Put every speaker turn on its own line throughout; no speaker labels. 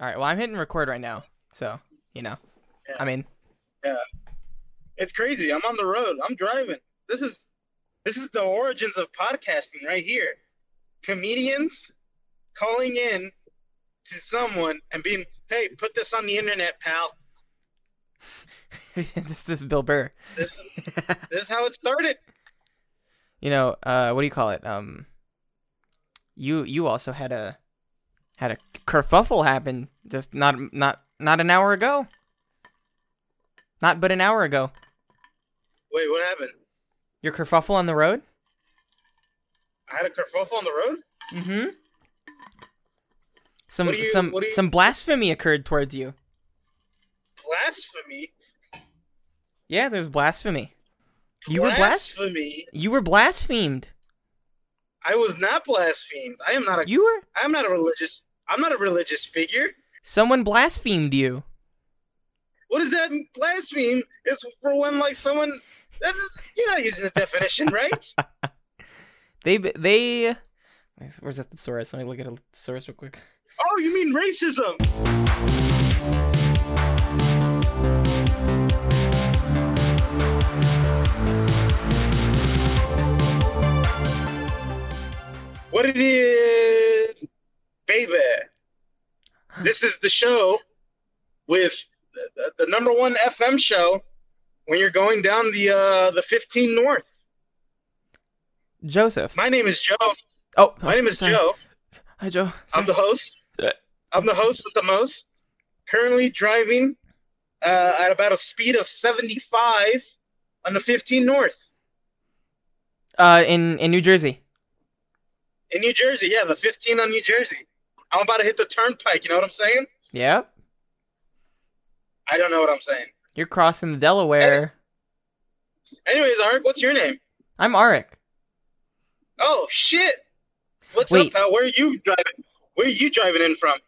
All right. Well, I'm hitting record right now, so you know.
Yeah.
I mean,
It's crazy. I'm on the road. I'm driving. This is this is the origins of podcasting right here. Comedians calling in to someone and being, "Hey, put this on the internet, pal."
this is Bill Burr.
This this is how it started.
You know, uh, what do you call it? Um, you you also had a had a kerfuffle happen just not not not an hour ago. Not but an hour ago.
Wait, what happened?
Your kerfuffle on the road.
I had a kerfuffle on the road.
Mm-hmm. Some
What do you-
some
what do you-
some blasphemy occurred towards you.
Blasphemy.
Yeah, there's blasphemy. You were blas-
blasphemy.
You were blasphemed.
I was not blasphemed. I am not a.
You were
I'm not a religious. I'm not a religious figure.
someone blasphemed you.
What does that blaspheme? It's for when like someone. That's you're not using the definition, right?
They they where's that thesaurus? Let me look at a thesaurus real quick.
Oh, you mean racism? What it is, baby? This is the show with the, the, the number one FM show when you're going down the uh, the 15 North.
Joseph.
My name is Joe.
oh,
My name is
sorry.
Joe.
Hi, Joe.
I'm the host.
Yeah.
I'm the host with the most. Currently driving uh, at about a speed of 75 on the 15 North
Sorry. Uh, in in New Jersey.
in New Jersey. Yeah, the 15 on New Jersey. I'm about to hit the turnpike. You know what I'm saying?
Yep.
I don't know what I'm saying.
You're crossing the Delaware.
Anyways, Art, what's your name?
I'm Arik.
Oh shit! What's
Wait.
up, pal? Where are you driving? Where are you driving in from?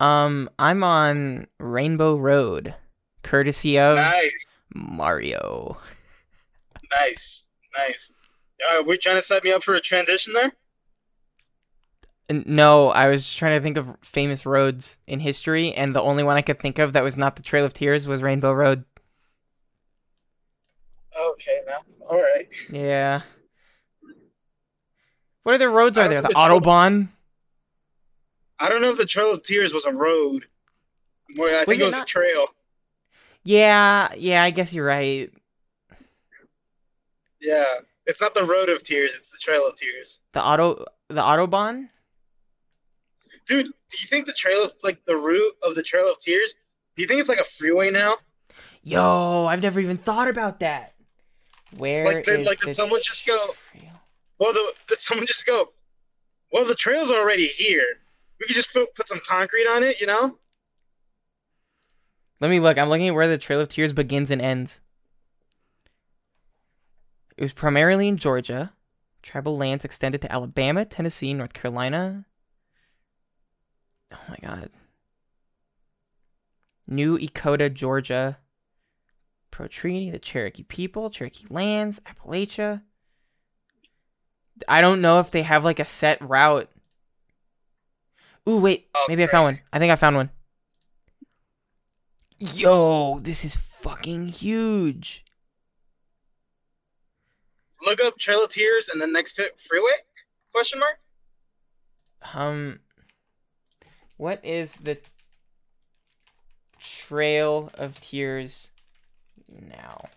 Um, I'm on Rainbow Road, courtesy of
Nice,
Mario.
nice, nice. Are we trying to set me up for a transition there?
N- No, I was just trying to think of famous roads in history, and the only one I could think of that was not the Trail of Tears was Rainbow Road.
Okay, now. All right.
Yeah. What other roads
I
are
don't
there? The
think the Trail of-
Autobahn.
I don't know if the Trail of Tears was a road. Well, I
Was
think
it
it was a
not?
trail.
Yeah, yeah, I guess you're right.
Yeah. It's not the Road of Tears, it's the Trail of Tears.
The auto, the autobahn.
Dude, do you think the trail of like the route of the Trail of Tears? Do you think it's like a freeway now?
Yo, I've never even thought about that. Where
Like, did-
is
like, did
the
someone just go-
trail?
Well, the, did someone just go, well, the trail's already here. We could just put, put some concrete on it, you know?
Let me look. I'm looking at where the Trail of Tears begins and ends. It was primarily in Georgia. Tribal lands extended to Alabama, Tennessee, North Carolina. Oh my god. New Ekota, Georgia. Pro treaty, the Cherokee people, Cherokee lands, Appalachia. I don't know if they have like a set route. Ooh, wait.
Oh,
Maybe I found
great.
one. I think I found one. Yo, this is fucking huge.
Look up Trail of Tears and then next to it, freeway? Question mark?
Um, what is the Trail of Tears now?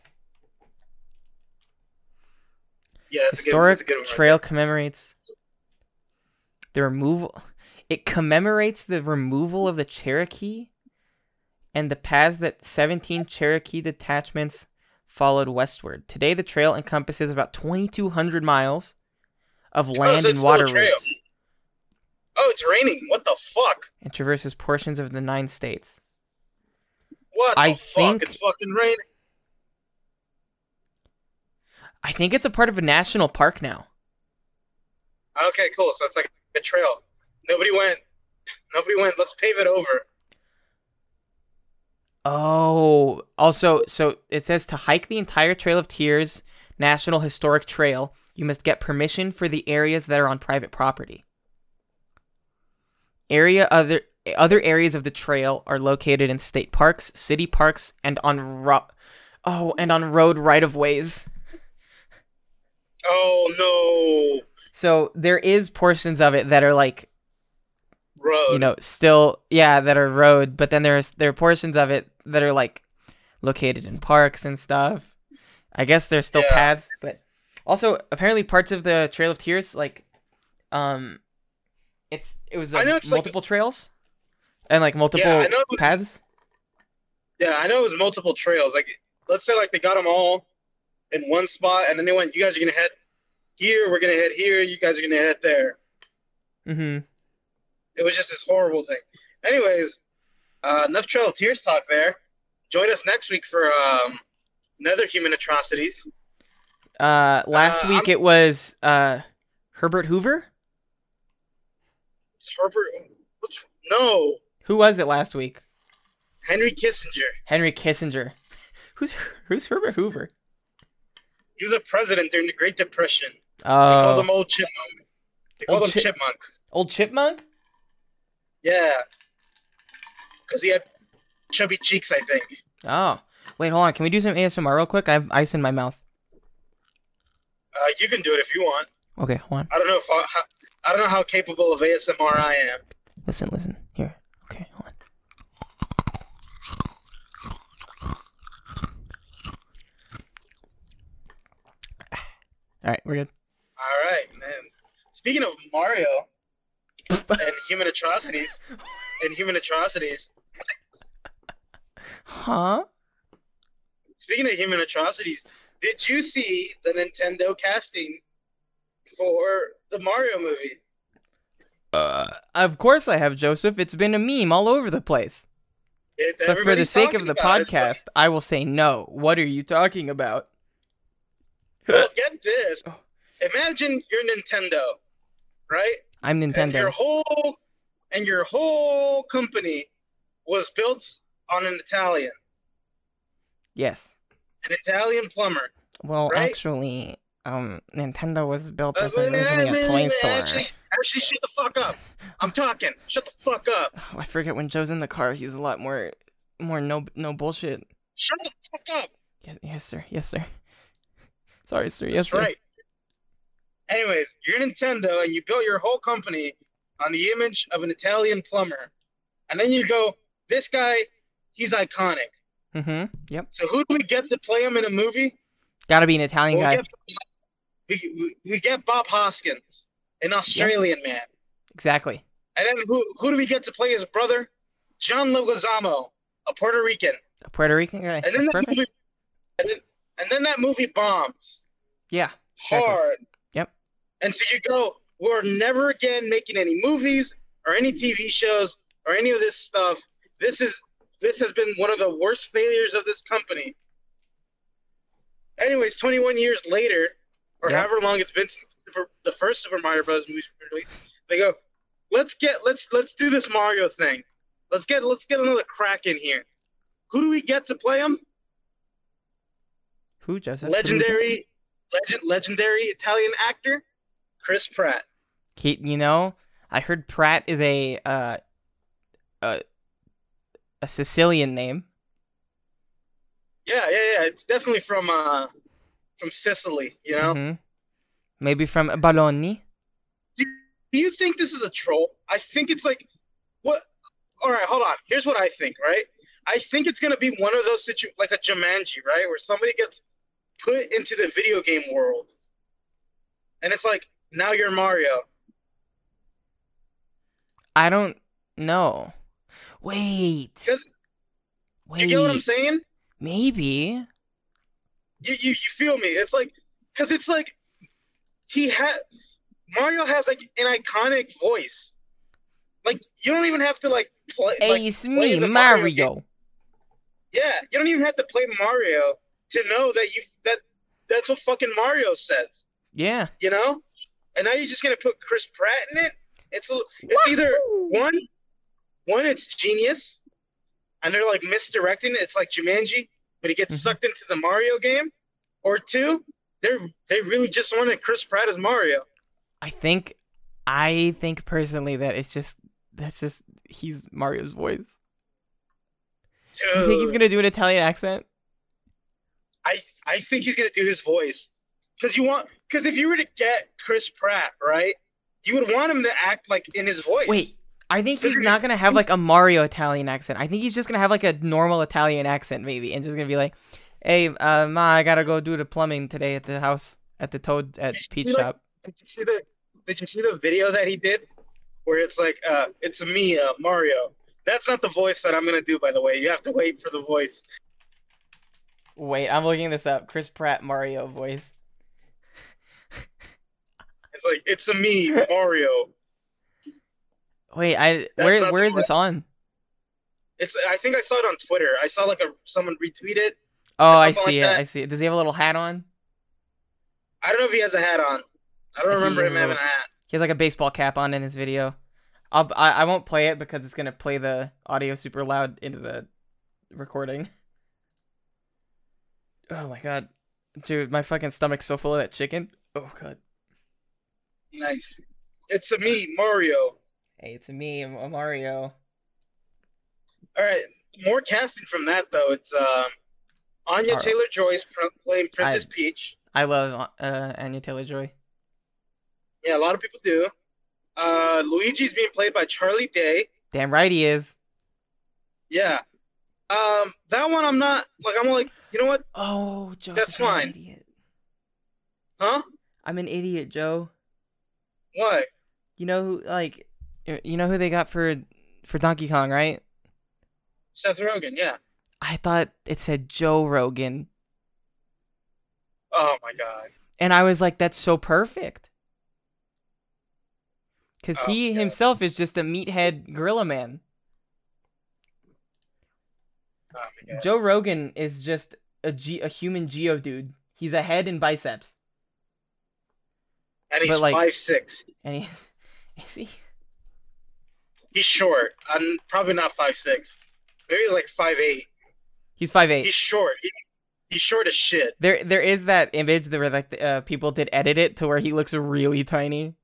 Yeah, it's
Historic
a good, it's a good one.
trail commemorates the removal. It commemorates the removal of the Cherokee and the paths that 17 Cherokee detachments followed westward. Today, the trail encompasses about 2,200 miles of land
Oh, so it's
and
still a
water
trail.
routes
Oh, it's raining. What the fuck?
and traverses portions of the nine states.
What
I
the fuck?
think-
It's fucking raining.
I think it's a part of a national park now.
Okay, cool. So it's like a trail. Nobody went. Nobody went. Let's pave it over.
Oh, also, so it says to hike the entire Trail of Tears National Historic Trail, you must get permission for the areas that are on private property. Area other other areas of the trail are located in state parks, city parks, and on ro- oh, and on road right of ways.
Oh
So there is portions of it that are like
no, road.
you know still yeah that are road, but then there's there are portions of it that are like located in parks and stuff. I guess there's still
Yeah.
paths, but also apparently parts of the Trail of Tears like um it's it was
I
like
know it's like-
multiple trails and like multiple
know it was-
paths.
yeah, I know it was multiple trails. Like, let's say like they got them all in one spot, and then they went, "You guys are gonna head here. We're gonna head here. You guys are gonna head there."
Mhm.
It was just this horrible thing. Anyways, uh, enough Trail of Tears talk there. Join us next week for um, another human atrocities.
Uh last
Uh,
week
I'm-
it was uh Herbert Hoover?
Herbert, which- no,
Who was it last week?
Henry Kissinger.
Henry Kissinger. who's who's Herbert Hoover?
He was a president during the Great Depression. They called
Oh,
him Old Chipmunk. They called
Old
him
Chip-
Chipmunk.
old chipmunk.
Yeah, because he had chubby cheeks, I think.
Oh, wait, hold on. Can we do some ASMR real quick? I have ice in my mouth.
Uh, you can do it if you want.
Okay, hold on.
I don't know if I, how, I don't know how capable of ASMR I am.
Listen, listen. Here. Okay, hold on. All right, we're good.
All right, man. Speaking of Mario and human atrocities, and human atrocities.
Huh?
Speaking of human atrocities, did you see the Nintendo casting for the Mario movie?
Of course I have, Joseph. It's been a meme all over the place.
It's
But for the
everybody's
sake of
talking
the
about it. It's like,
podcast, I will say no. What are you talking about?
Well, get this.
Oh.
Imagine you're Nintendo, right?
I'm
And your
Nintendo.
whole and your whole company was built on an Italian,
Yes.
an Italian plumber.
Well,
Right?
actually, um, Nintendo was built as
Uh,
originally a toy store.
Actually, actually, shut the fuck up. I'm talking. Shut the fuck up.
Oh, I forget when Joe's in the car, he's a lot more, more no no bullshit.
Shut the fuck up.
Yes, yes sir. Yes, sir. Sorry, sir. Yes,
That's
sir.
right. Anyways, you're Nintendo and you built your whole company on the image of an Italian plumber. And then you go, this guy, he's iconic.
Mm-hmm. Yep.
So who do we get to play him in a movie?
Gotta be an Italian
Well,
guy.
we, get, we, we- we get Bob Hoskins, an Australian man.
Exactly.
And then who, who do we get to play his brother? John Leguizamo, a Puerto Rican.
A Puerto Rican guy.
And
That's
then that
perfect.
movie, and then, and then that movie bombs
Yeah. Exactly.
hard.
Yep.
And so you go, we're never again making any movies or any TV shows or any of this stuff. This is this has been one of the worst failures of this company. Anyways, 21 years later, or
Yeah.
however long it's been since Super, the first Super Mario Bros. movie was released, they go, let's get let's let's do this Mario thing. Let's get let's get another crack in here. Who do we get to play him?
Who Joseph? Who do we get?
legendary, legend, legendary Italian actor, Chris Pratt.
He, you know, I heard Pratt is a uh, a, a Sicilian name.
Yeah, yeah, yeah. It's definitely from uh, from Sicily. You know.
hmm Maybe from Baloni.
Do you think this is a troll? I think it's like, what? All right, hold on. Here's what I think. Right. I think it's gonna be one of those situ like a Jumanji, right, where somebody gets put into the video game world, and it's like now you're Mario.
I don't know. Wait.
Because
Wait.
you get what I'm saying?
Maybe.
You, you, you feel me? It's like, cause it's like, he had Mario has like an iconic voice. Like you don't even have to like play.
Hey,
like,
it's
play
me,
the
Mario.
Mario game. yeah, you don't even have to play Mario to know that you that that's what fucking Mario says.
Yeah.
You know? And now you're just gonna put Chris Pratt in it. It's a- it's either one, one it's genius, and they're like misdirecting it. It's like Jumanji, but he gets
Mhm.
sucked into the Mario game. Or two, they're they really just wanted Chris Pratt as Mario.
I think, I think personally that it's just that's just he's Mario's voice. You think he's gonna do an Italian accent?
I I think he's gonna do his voice because you want because if you were to get Chris Pratt right, you would want him to act like in his voice.
Wait, I think he's not gonna have like a Mario Italian accent. I think he's just gonna have like a normal Italian accent maybe, and just gonna be like, "Hey, uh, ma, I gotta go do the plumbing today at the house at the Toad at
Did you
Peach
see, like,
Shop."
Did you see the Did you see the video that he did where it's like, uh, it's me, uh, Mario. That's not the voice that I'm gonna do, by the way. You have to wait for the voice.
Wait, I'm looking this up. Chris Pratt Mario voice.
It's like it's a me, Mario.
Wait, I
That's
where
not
where
the
is this on?
It's I think I saw it on Twitter. I saw like a someone retweet it.
Oh, I
something
see
like
it.
that.
I see it. Does he have a little hat on?
I don't know if he has a hat on. I don't
I see
remember
he
him
has a
having a hat.
He has like a baseball cap on in his video. I'll, I I won't play it because it's gonna play the audio super loud into the recording. Oh my god, dude, my fucking stomach's so full of that chicken. Oh god.
Nice. It's a me, Mario.
Hey, it's me, I'm I'm Mario.
All right. More casting from that though. It's um, Anya
All right.
Taylor Joyce playing Princess Peach.
I love uh, Anya Taylor Joy.
Yeah, a lot of people do. Uh, Luigi's being played by Charlie Day.
Damn right he is.
Yeah. Um, that one I'm not like I'm like you know what?
Oh, Joe,
That's
I'm an
fine.
idiot.
Huh?
I'm an idiot, Joe.
What?
You know, who like, you know who they got for for Donkey Kong, right?
Seth Rogen? Yeah.
I thought it said Joe Rogan.
Oh my God.
And I was like, that's so perfect. Because
Oh,
he
yeah.
himself is just a meathead gorilla man.
Oh my God.
Joe Rogan is just a, ge- a human geo dude. He's a head and biceps.
And he's
but, like-
five six.
And he's. Is he?
He's short. I'm probably not five six. Maybe he's like five eight.
He's 5'8.
He's short. He- he's short as shit.
There, there is that image that where like the, uh, people did edit it to where he looks really tiny.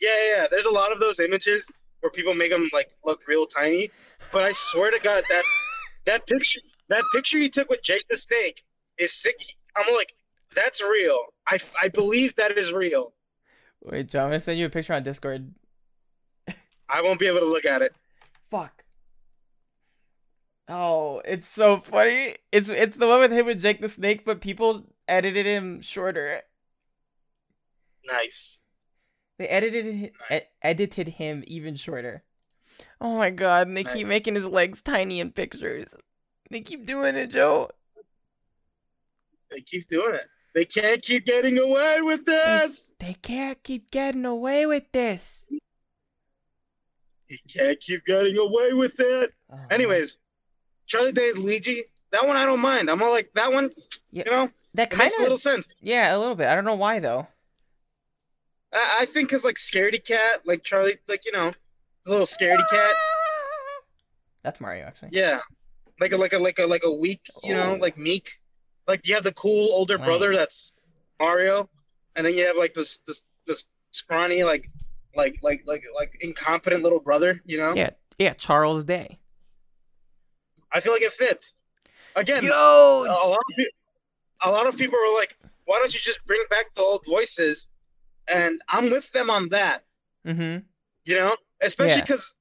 Yeah, yeah, yeah. There's a lot of those images where people make him like look real tiny, but I swear to God that that picture that picture he took with Jake the Snake is sick. I'm like, that's real. I, I believe that is real.
Wait, John, I'm gonna send you a picture on Discord.
I won't be able to look at it.
Fuck. Oh, it's so funny. It's it's the one with him with Jake the Snake, but people edited him shorter.
Nice.
They edited hi- ed- edited him even shorter. Oh my god, and they keep making his legs tiny in pictures. They keep doing it, Joe.
They keep doing it. They can't keep getting away with this.
They can't keep getting away with this.
Oh, They can't keep getting away with it.
Oh, man.
Anyways, Charlie Day's Luigi. That one I don't mind. I'm all like that one.
Yeah,
You know, it
that kind
makes a
of
little sense.
yeah, a little bit. I don't know why though.
I, I think 'cause like scaredy cat, like Charlie, like you know, the little scaredy cat.
That's Mario actually.
Yeah, like a like a like a like a weak, you know,
Oh.
like meek. Like you have the cool older
Right.
brother that's Mario, and then you have like this this this scrawny like like like like like incompetent little brother. You know,
Yeah, yeah, Charles Day.
I feel like it fits. Again,
Yo,
a lot of people, a lot of people were like, "Why don't you just bring back the old voices?" And I'm with them on that.
Mm-hmm.
You know, especially
Yeah.
because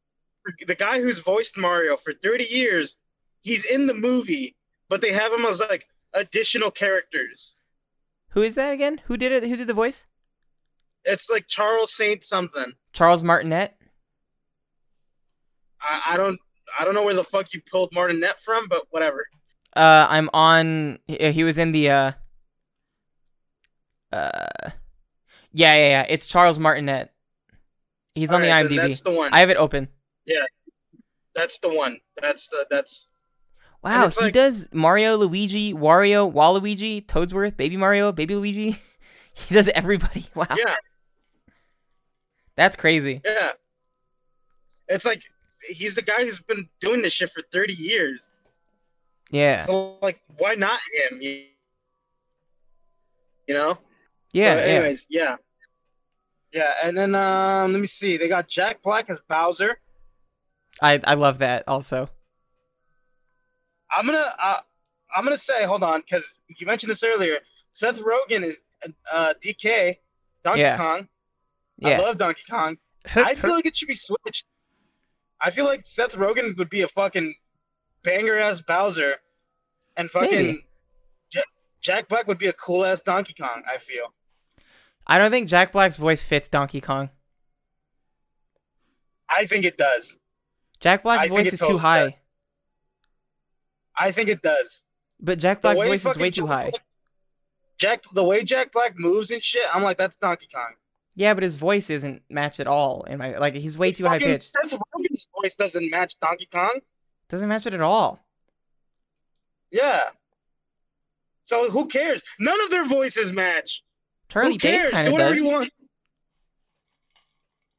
the guy who's voiced Mario for 30 years, he's in the movie, but they have him as like additional characters.
Who is that again? Who did it? Who did the voice?
It's like Charles Saint something.
Charles Martinet.
I, I don't I don't know where the fuck you pulled Martinet from, but whatever.
Uh, I'm on. He he was in the. Uh, uh, yeah, yeah, yeah. It's Charles Martinet. He's on
Alright,
the
then
IMDb.
That's the one.
I have it open.
that's the one. That's the that's
Wow,
it's
he
like-
does Mario, Luigi, Wario, Waluigi, Toadsworth, Baby Mario, Baby Luigi. he does everybody. Wow.
Yeah.
That's crazy.
yeah. It's like he's the guy who's been doing this shit for 30 years.
Yeah.
So like why not him? You, you know?
Yeah.
But
yeah.
anyways, yeah. yeah. and then um, let me see. They got Jack Black as Bowser.
I I love that also.
I'm gonna uh, I'm gonna say hold on because you mentioned this earlier. Seth Rogen is uh, DK Donkey
Yeah.
Kong. I
Yeah.
love Donkey Kong. I feel like it should be switched. I feel like Seth Rogen would be a fucking banger ass Bowser, and fucking
Maybe.
Ja- Jack Black would be a cool ass Donkey Kong. I feel.
I don't think Jack Black's voice fits Donkey Kong.
I think it does.
Jack Black's
I think
voice
it
is too
totally
high.
does. I think it does.
But Jack
The
Black's
way
voice is
fucking
way too
Jack
high.
Black- Jack, the way Jack Black moves and shit, I'm like, that's Donkey Kong.
Yeah, but his voice isn't matched at all. In my like, he's way too high
Fucking
pitched.
Seth Rogen's voice doesn't match Donkey Kong.
Doesn't match it at all.
Yeah. So who cares? None of their voices match.
Charlie
who
Days
cares?
kind
Do
of
whatever
does.
you want.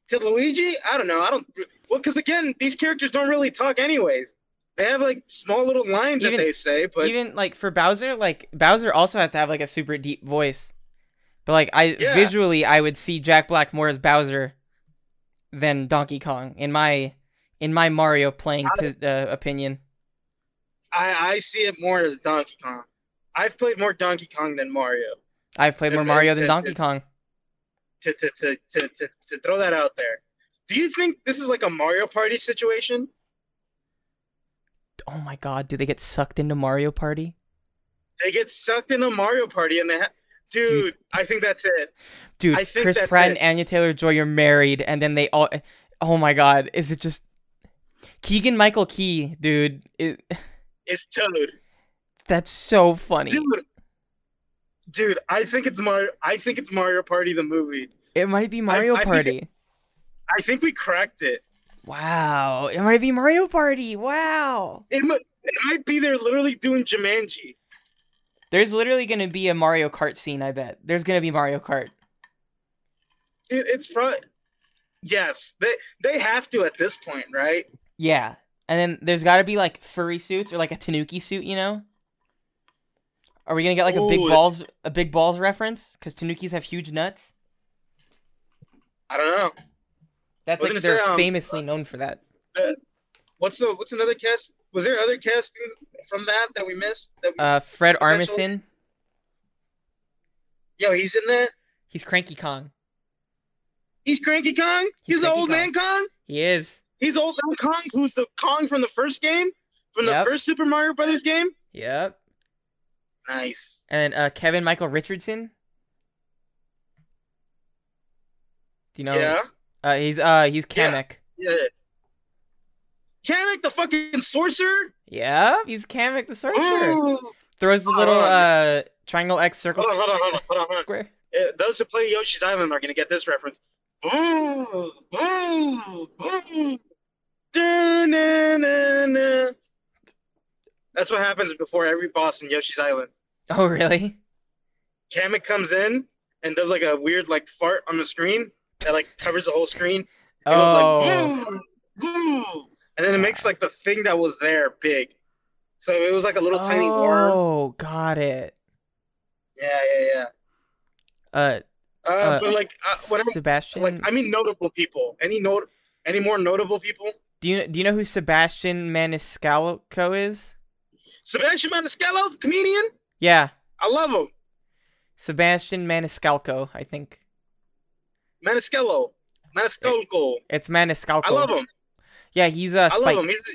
To Luigi, I don't know. I don't. Well, because again, these characters don't really talk anyways. They have like small little lines
Even-
that they say, but
Even like for Bowser, like Bowser also has to have like a super deep voice. But like I
Yeah.
visually, I would see Jack Black more as Bowser than Donkey Kong in my in my Mario playing
I-
pos- uh, opinion.
I, I see it more as Donkey Kong. I've played more Donkey Kong than Mario.
I've played more
If-
Mario than
if-
Donkey
if-
Kong.
To to, to, to, to to throw that out there. Do you think this is like a Mario Party situation?
Oh my God, do they get sucked into Mario Party?
They get sucked into Mario Party and they ha- dude, I think that's it.
Dude,
I think
Chris
that's
Pratt and
it.
Anya Taylor Joy are married, and then they all. Oh my God, is it just Keegan Michael Key, dude? It,
It's Toad.
that's so funny.
Dude. Dude, I think it's Mario I think it's Mario Party the movie.
it might be Mario
I think it-
Party.
I think we cracked it.
wow, it might be Mario Party. Wow.
It might, it might be they're literally doing Jumanji.
There's literally gonna be a Mario Kart scene. I bet there's gonna be Mario Kart.
It, it's probably Yes, they they have to at this point, right?
Yeah, and then there's gotta be like furry suits or like a Tanuki suit. You know? Are we gonna get like a big
Ooh, it's-
balls a big balls reference? Because Tanukis have huge nuts.
I don't know.
That's
I was
like
gonna
they're
say, um,
famously known for that.
What's the what's another cast? Was there other casting from that that we missed? That we,
Uh, Fred
potentially-
Armisen,
yo, he's in that.
he's Cranky Kong.
He's Cranky Kong.
He's
He's,
Cranky
old
Kong.
man Kong.
He is.
He's old man Kong, who's the Kong from the first game, from
Yep.
the first Super Mario Brothers game.
Yep.
Nice.
And uh, Kevin Michael Richardson. Do you know?
Yeah.
Uh, he's uh he's
Yeah.
Kamek.
Yeah. Kamek the fucking sorcerer.
Yep, he's Kamek the sorcerer.
Ooh.
Throws the little
Hold
uh triangle X circle
Hold on, hold on, hold on, hold on. Hold on.
square.
Uh, those who play Yoshi's Island are gonna get this reference. Ooh, ooh, ooh. Da-na-na-na. That's what happens before every boss in Yoshi's Island.
Oh really?
Kamek comes in and does like a weird like fart on the screen that like covers the whole screen. It
Oh,
was like "Woo, woo," and then it makes like the thing that was there big. So it was like a little tiny worm.
oh, got it.
Yeah, yeah, yeah.
Uh,
Uh,
Uh,
but like, uh, whatever.
Sebastian.
Like, I mean, notable people. Any note? Any more notable people?
do you do you know who Sebastian Maniscalco is?
Sebastian Maniscalco, the comedian.
Yeah,
I love him.
Sebastian Maniscalco. I think
Maniscalco. Maniscalco.
it's Maniscalco.
I love him.
Yeah, he's uh
I love
Spike.
him. He's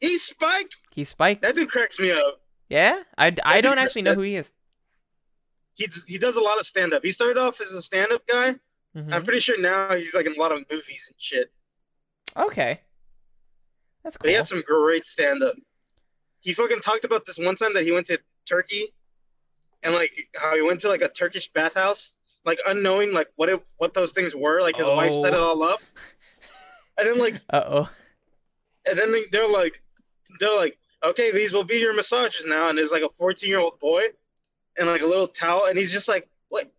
he's Spike.
He's Spike.
That dude cracks me up.
Yeah, I, I
dude
don't
cra-
actually know
that-
who he is.
He he does a lot of stand up. He started off as a stand up guy. I'm
Mhm.
pretty sure now he's like in a lot of movies and shit.
Okay, that's
But
cool.
he had some great stand up. He fucking talked about this one time that he went to Turkey and like how he went to like a Turkish bathhouse, like unknowing like what it, what those things were. Like his wife set
Oh.
it all up. And then like
Uh oh.
and then they- they're like they're like, Okay, these will be your massages now and there's like a fourteen year old boy and like a little towel and he's just like, What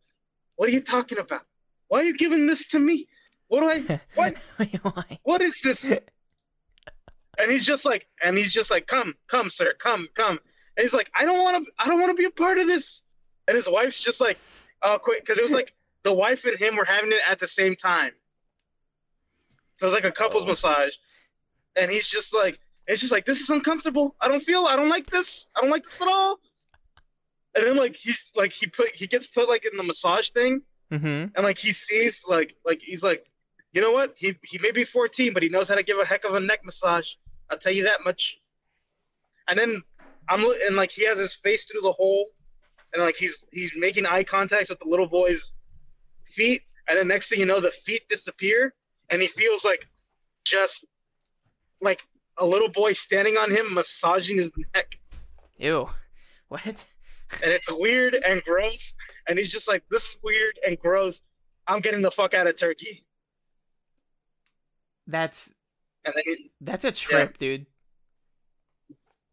what are you talking about? Why are you giving this to me? What do I What?
Why?
what is this? and he's just like, and he's just like, come, come, sir, come, come. And he's like, I don't want to, I don't want to be a part of this. And his wife's just like, oh, quick, because it was like the wife and him were having it at the same time. So it was like a couples
Oh.
massage, and he's just like, it's just like this is uncomfortable. I don't feel. I don't like this. I don't like this at all. And then like he's like he put he gets put like in the massage thing,
Mm-hmm.
and like he sees like like he's like, you know what? He he may be 14, but he knows how to give a heck of a neck massage. I'll tell you that much. And then I'm lo- and like he has his face through the hole, and like he's he's making eye contact with the little boy's feet, and then next thing you know, the feet disappear, and he feels like just like a little boy standing on him, massaging his neck,
Ew. What?
and it's weird and gross, and he's just like, "This is weird and gross. I'm getting the fuck out of Turkey."
That's
And then he,
that's a trip, dude.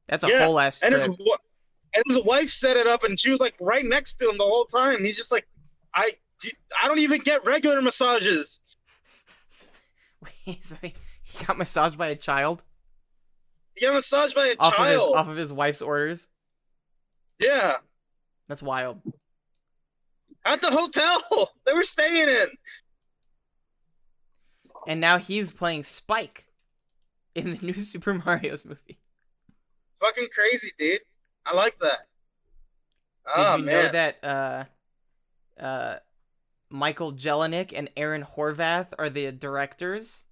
That's a
Yeah,
whole ass
and his
trip.
wa- and his wife set it up, and she was like right next to him the whole time. And he's just like, "I." I don't even get regular massages.
Wait, so he he got massaged by a child
You get massaged by a
off of
child.
his off of his wife's orders.
yeah.
That's wild.
At the hotel they were staying in.
And now he's playing Spike in the new Super Mario's movie.
Fucking crazy, dude. I like that.
Did
oh,
you
man.
know that uh, uh, Michael Jelinek and Aaron Horvath are the directors?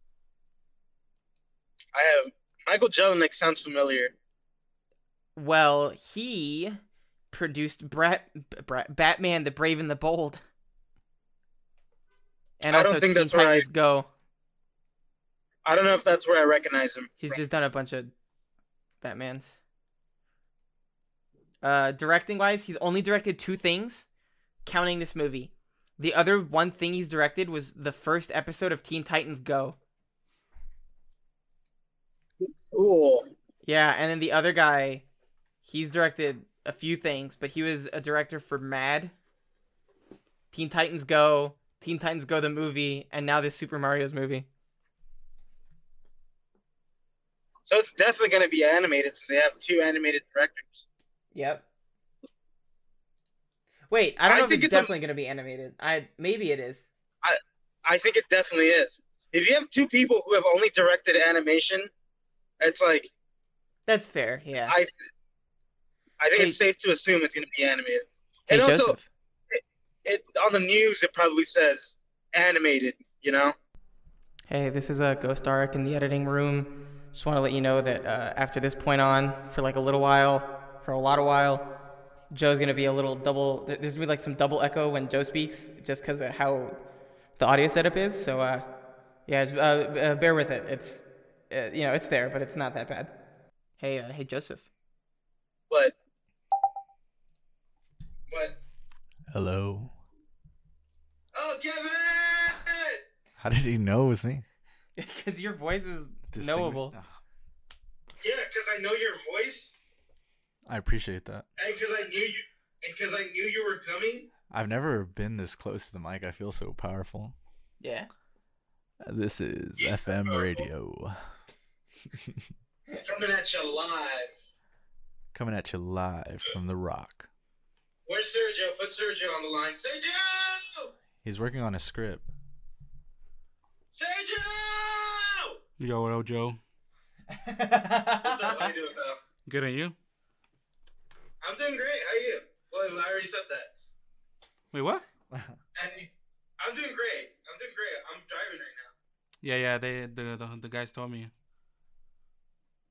I have Michael Jelinek sounds familiar.
Well, he produced Brat, Brat, Batman: The Brave and the Bold, and
I
also
don't think
Teen
that's where I-
Titans Go.
I don't know if that's where I recognize him.
He's
from.
just done a bunch of Batmans. Uh, directing wise, he's only directed two things, counting this movie. The other one thing he's directed was the first episode of Teen Titans Go.
cool.
Yeah, and then the other guy, he's directed a few things, but he was a director for Mad, Teen Titans Go, Teen Titans Go the movie, and now this Super Mario's movie.
So it's definitely going to be animated since they have two animated directors.
Yep. Wait, I don't
I
know if
think
it's,
it's a-
definitely gonna be animated. I maybe it is.
I think it definitely is. If you have two people who have only directed animation, it's like
That's fair. Yeah.
I I think
Hey-
it's safe to assume it's going to be animated.
hey
and also-
Joseph,
It on the news it probably says animated, you know?
Hey, this is uh, Ghost Dark in the editing room. Just want to let you know that uh, after this point on, for like a little while, for a lot of while, Joe's gonna be a little double. there- There's gonna be like some double echo when Joe speaks, just because of how the audio setup is. So, uh, yeah, just, uh, uh, bear with it. It's, uh, you know, it's there, but it's not that bad. Hey, uh, hey, Joseph.
But but
Hello.
Oh, Kevin!
How did he know it was me?
Because your voice is
Distinguish-
knowable.
Ah,
Yeah, because I know your voice,
I appreciate that.
and because I knew you, and because I knew you were coming.
I've never been this close to the mic. I feel so powerful.
Yeah.
This is FM radio
Coming at you live.
coming at you live from the rock.
Where's Sergio? Put Sergio on the line. Sergio!
He's working on a script.
Sergio!
Yo, what up, Joe?
What's up? How you doing, pal?
Good at you?
I'm doing great. How you? Well, I already said that.
Wait, what?
And I'm doing great. I'm doing great. I'm driving right now.
Yeah, yeah, they the the, the guys told me.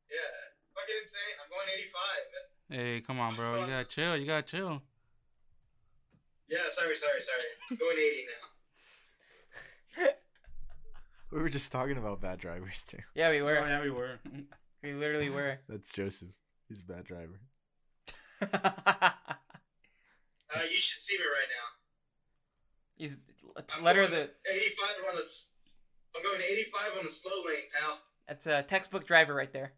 Yeah. Fucking insane. I'm going 85.
Hey, come on, bro, you gotta chill, you gotta chill.
Yeah, sorry, sorry, sorry. I'm going 80 now.
We were just talking about bad drivers too.
Yeah, we were.
we were.
We literally were.
That's Joseph. He's a bad driver.
Uh, you should see me right now.
He's let's
I'm
let her
going
the
85 on the. s- I'm going 85 on the slow lane, pal.
That's a textbook driver right there.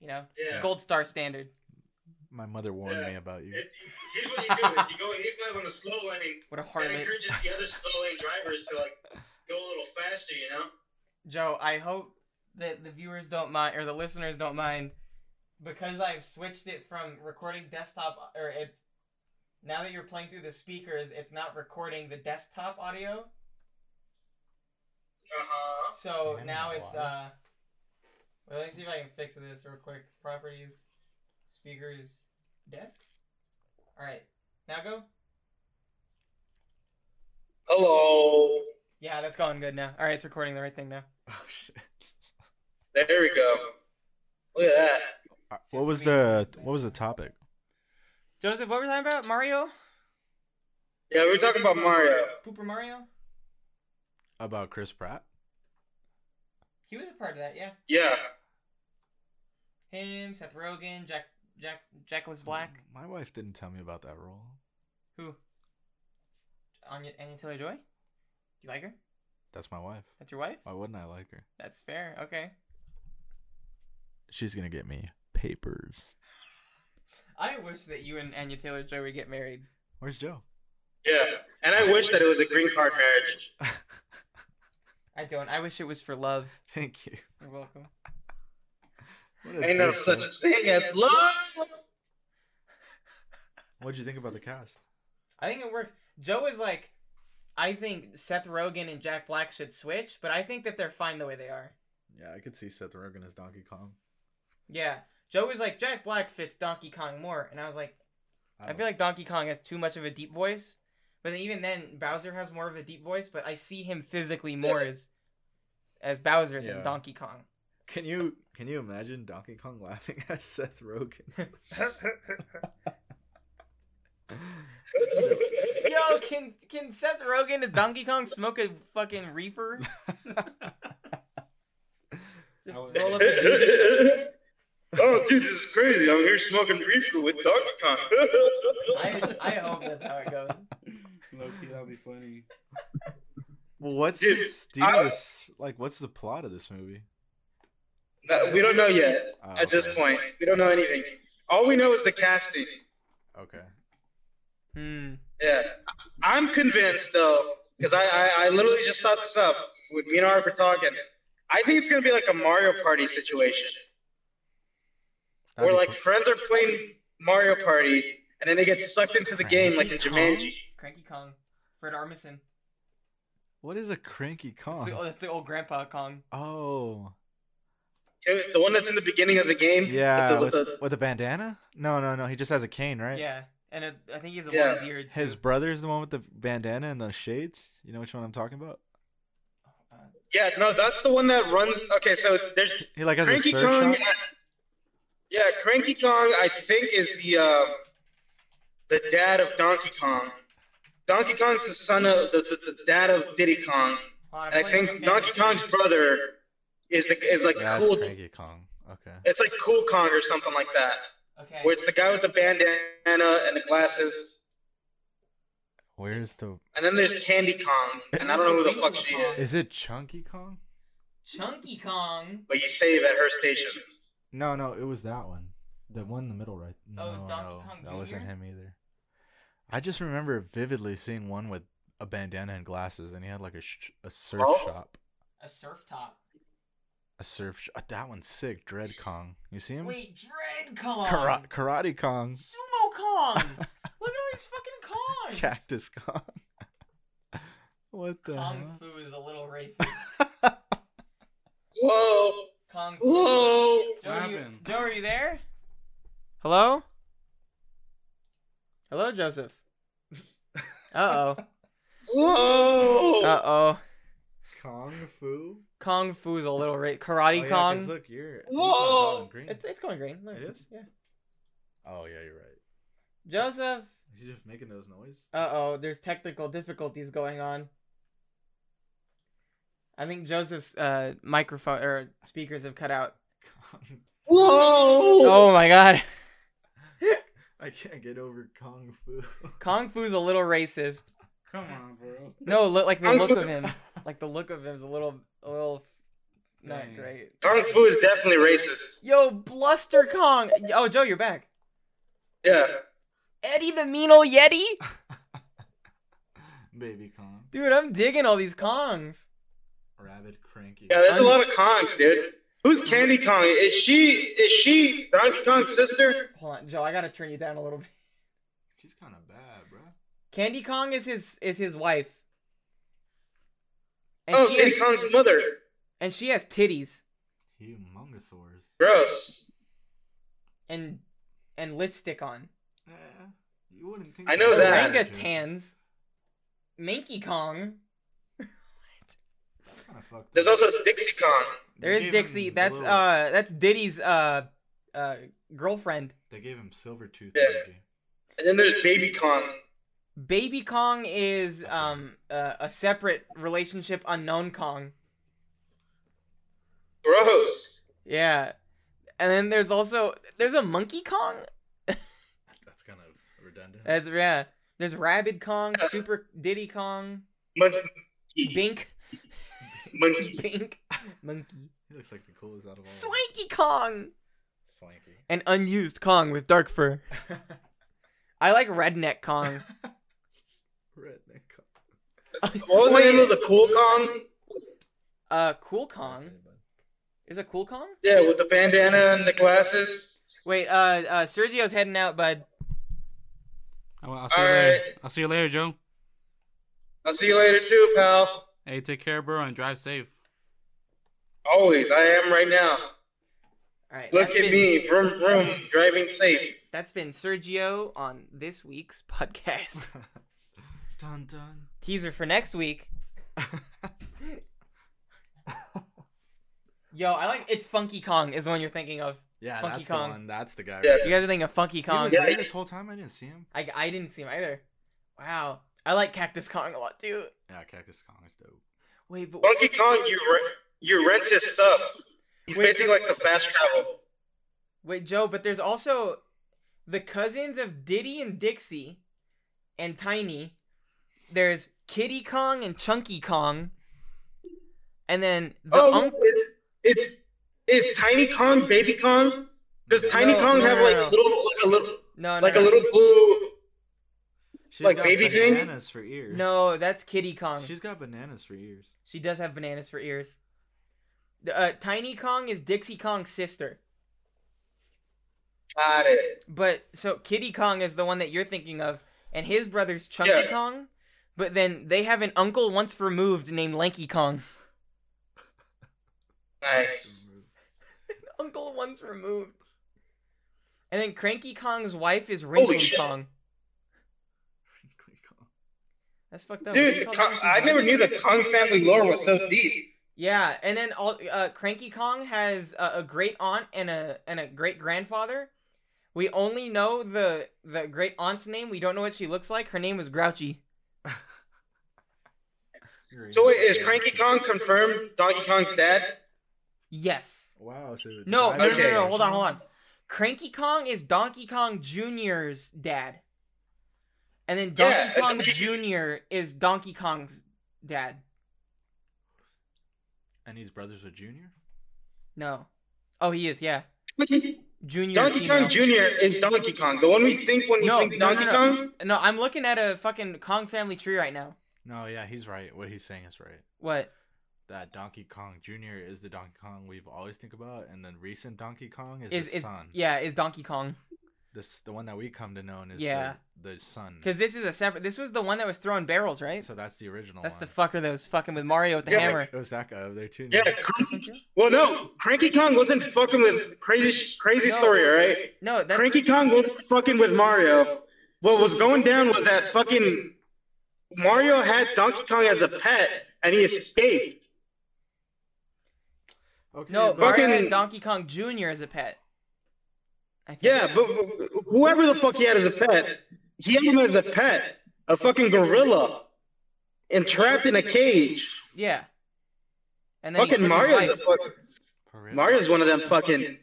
You know,
Yeah.
gold star standard.
My mother warned
Yeah.
me about you.
It, here's what you do: is you go 85 on the slow lane.
What a
That
harlot.
encourages the other slow lane drivers to like go a little faster, you know?
Joe, I hope that the viewers don't mind or the listeners don't mind because I've switched it from recording desktop or it's now that you're playing through the speakers, it's not recording the desktop audio.
Uh huh.
So
Oh,
Uh-huh.
now it's
wow.
uh Wait, let me see if I can fix this real quick. Properties, speakers, desk. All right, now go.
Hello.
Yeah, that's going good now. All right, it's recording the right thing now.
Oh shit.
There we go. Look at that.
Uh, What was the what was the topic?
Joseph, what were we talking about? Mario?
Yeah, we were talking about Mario.
Pooper Mario?
About Chris Pratt?
He was a part of that, yeah.
Yeah.
Him, Seth Rogen, Jack, Jack, Jackless Black.
My wife didn't tell me about that role.
Who? Anya, Anya Taylor Joy? You like her?
That's my wife.
That's your wife?
Why wouldn't I like her?
That's fair. Okay.
She's gonna get me papers.
I wish that you and Anya Taylor Joy would get married.
Where's Joe?
Yeah. And I wish that it was a green card marriage.
I don't. I wish it was for love.
Thank you.
You're welcome.
What a
Ain't no
dick.
such thing as love.
What'd you think about the cast?
I think it works. Joe is like, I think Seth Rogen and Jack Black should switch, but I think that they're fine the way they are.
Yeah, I could see Seth Rogen as Donkey Kong.
Yeah. Joe is like, Jack Black fits Donkey Kong more. And I was like, I feel like Donkey Kong has too much of a deep voice. But then even then, Bowser has more of a deep voice, but I see him physically more as as Bowser
Yeah.
than Donkey Kong.
Can you can you imagine Donkey Kong laughing at Seth Rogen?
Yo, can can Seth Rogen and Donkey Kong smoke a fucking reefer? Just
I would-
roll up his sleeves.
oh, dude, this is crazy. I'm here smoking reefer with Donkey Kong.
I, I hope that's how it goes.
Low key, that would be funny.
well, what's
Dude,
this? Do you
I-
know this? Like, what's the plot of this movie?
That- we don't know yet
Oh,
at this
okay.
point. We don't know anything. All we know is the casting.
Okay.
Hmm.
Yeah. I'm convinced, though, because I, I, I literally just thought this up when me and Art were talking. I think it's going to be like a Mario Party situation
That'd
where,
be
like,
cool.
friends are playing Mario Party and then they get sucked into the game, like in Jumanji.
Cranky Kong, Fred Armisen.
what is a cranky
That's, the, oh,
Kong?
that's the old Grandpa Kong.
Oh,
The one that's in the beginning of the game.
yeah,
With
with,
the, with the,
with a bandana? No, no, no. He just has a cane, right?
Yeah, and it, I think he has a
Yeah.
long beard. Too.
His brother's the one with the bandana and the shades. You know which one I'm talking about?
yeah, no, that's the one that runs. Okay, so there's
He like has
Cranky
a surf
Kong.
shop.
Yeah, Cranky Kong. I think is the um, the dad of Donkey Kong. Donkey Kong's the son of the, the, the dad of Diddy Kong,
Hold on, I'm
and I
pulling
think
up a
Donkey
fan-
Kong's brother is the is like
That's
cool.
Cranky Kong. Okay.
It's like Cool Kong or something like that,
Okay.
where it's the guy with the bandana and the glasses.
Where's the?
And then there's Candy Kong, and I don't know who the fuck she is,
Is it Chunky Kong?
Chunky Kong.
but you save at her stations.
No, no, it was that one. The one in the middle, right? No,
Oh, Donkey
no,
Kong
that wasn't
Jr.?
him either. I just remember vividly seeing one with a bandana and glasses, and he had like a sh- a surf
Oh.
shop,
A surf top.
a surf. Sh- uh, that one's sick. Dread Kong. You see him?
Wait, Dread Kong.
Kara- karate Kong,
Sumo Kong. Look at all these fucking Kongs.
Cactus Kong. what the?
Kung
hell?
Fu is a little racist.
Whoa,
Kung Fu.
whoa!
Joe,
What
are you,
happened?
Joe, are you there? Hello? Hello, Joseph. Uh oh.
Whoa!
Uh oh.
Kong Fu.
Kong Fu is a little racist. Karate
Oh, yeah, 'cause
Kong.
Look, you're. he's
Whoa!
not green.
It's, it's going green. Look.
It is?
Yeah.
Oh yeah, you're right.
Joseph.
Is he just making those noise?
Uh oh, there's technical difficulties going on. I think Joseph's uh, microphone or speakers have cut out.
Whoa!
Oh my god.
I can't get over Kung Fu.
Kung Fu's a little racist.
Come on, bro.
No, look like the
Kung
look of
Fu's-
him. Like the look of him is a little a little f- not
Dang.
great.
Kung Fu is definitely racist.
Yo, Bluster Kong. Oh, Joe, you're back.
Yeah.
Eddie the mean ol' Yeti?
Baby Kong.
Dude, I'm digging all these Kongs.
Rabid cranky.
Yeah, there's a lot of Kongs, dude. Who's Candy Kong? Is she is she Donkey Kong's sister?
Hold on, Joe, I gotta turn you down a little bit.
She's kind of bad, bro.
Candy Kong is his is his wife. And
Oh,
she
Candy
has,
Oh, Kong's mother.
and she has titties.
Humongous dinosaurs.
Gross.
and and lipstick on.
Eh, you wouldn't think.
I know that.
Orangutans, Minky Kong.
There's also Dixie Con.
There is Dixie. That's uh that's Diddy's uh uh girlfriend.
They gave him silver tooth
Yeah.
energy.
And then there's Baby Con.
Baby Kong is um uh, a separate relationship unknown Kong.
Gross.
Yeah. And then there's also there's a Monkey Kong.
That's kind of redundant.
That's yeah. There's Rabid Kong, Super Diddy Kong,
Monkey.
Bink,
Monkey.
Bink, Monkey,
he looks like the coolest out of all. of them.
Swanky Kong,
Swanky.
and unused Kong with dark fur. I like Redneck Kong.
Redneck. Kong.
What was the
Wait.
name of the pool con?
Uh, Cool Kong.
Honestly, but-
Is a Cool Kong?
Yeah, with the bandana and the glasses.
Wait, uh, uh, Sergio's heading out, bud.
I'll, I'll see you
All
later.
right.
I'll see you later, Joe.
I'll see you later too, pal.
Hey, take care, bro, and drive safe.
Always, I am right now.
All right.
Look
that's
at
been-
me, vroom vroom, driving safe.
That's been Sergio on this week's podcast.
dun dun.
Teaser for next week. Yo, I like it's Funky Kong is the one you're thinking of.
Yeah,
Funky
that's
Kong.
the one. That's the guy.
Yeah.
You guys are thinking of Funky
He
Kong.
was
Yeah.
there this whole time. I didn't see him.
I, I didn't see him either. Wow. I like Cactus Kong a lot too.
Yeah, Cactus Kong is dope.
Wait, but
Monkey Kong, you re- you rent his stuff. He's
Wait,
basically like the fast travel.
wait, Joe, but there's also the cousins of Diddy and Dixie and Tiny. There's Kitty Kong and Chunky Kong. And then the
oh,
uncle
is, is is Tiny Kong Baby Kong? Does Tiny
No,
Kong
no,
have
no,
like
no.
little like a little
No, no,
like a
no.
little blue?
She's
Like
got
baby thing?
bananas for ears.
No, that's Kitty Kong.
she's got bananas for ears.
She does have bananas for ears. Uh, Tiny Kong is Dixie Kong's sister.
Got it.
But so Kitty Kong is the one that you're thinking of, and his brother's Chunky
Yeah.
Kong. But then they have an uncle once removed named Lanky Kong.
Nice.
uncle once removed. And then Cranky Kong's wife is Wrinkly
shit.
Kong.
Wrinkly Kong.
That's fucked up. She
Dude, the
called
Kong,
Lanky
I
Kong.
never knew the Kong family lore was so deep.
Yeah, and then all uh, Cranky Kong has a, a great aunt and a and a great grandfather. We only know the the great aunt's name. We don't know what she looks like. Her name was Grouchy.
You're
So wait,
eating
is
bananas.
Cranky Kong confirmed Donkey Kong's dad?
Yes.
Wow. So the
No,
guy
no, no,
Okay.
no, no. Hold on, hold on. Cranky Kong is Donkey Kong Jr.'s dad. And then Donkey
Yeah, and
Kong
Donkey-
Jr. is Donkey Kong's dad.
And he's brothers with Junior.
No. Oh, he is, yeah. Junior.
Donkey
female.
Kong Jr. is Donkey Kong, the one we think when we
No, no,
think
no,
Donkey
no.
Kong.
No, I'm looking at a fucking Kong family tree right now.
No, yeah, he's right. What he's saying is right.
What?
That Donkey Kong Junior is the Donkey Kong we've always think about, and then recent Donkey Kong is,
Is
the
is
son.
yeah, is Donkey Kong.
This the one that we come to know is
Yeah.
the, the son.
Because this is a separate. This was the one that was throwing barrels, right?
So that's the original.
That's the
one.
fucker that was fucking with Mario with the
Yeah, but-
hammer.
It was that guy over there too.
Yeah,
no?
This
Cranky,
one too?
well, Oh, no, Cranky Kong wasn't fucking with crazy, sh- crazy
No.
story, all right?
No, that's
Cranky Kong wasn't fucking with Mario. What was going down was that fucking Mario had Donkey Kong as a pet, and he escaped.
Okay,
no
but-
Mario
Fucking-
had Donkey Kong Jr. as a pet. I think.
Yeah, but, but whoever the fuck he had as a pet, he had him as a pet, a fucking gorilla, entrapped in a cage.
Yeah. And then he
Fucking
took his
Mario's a
life.
fucking.
for real.
Mario's one of them fucking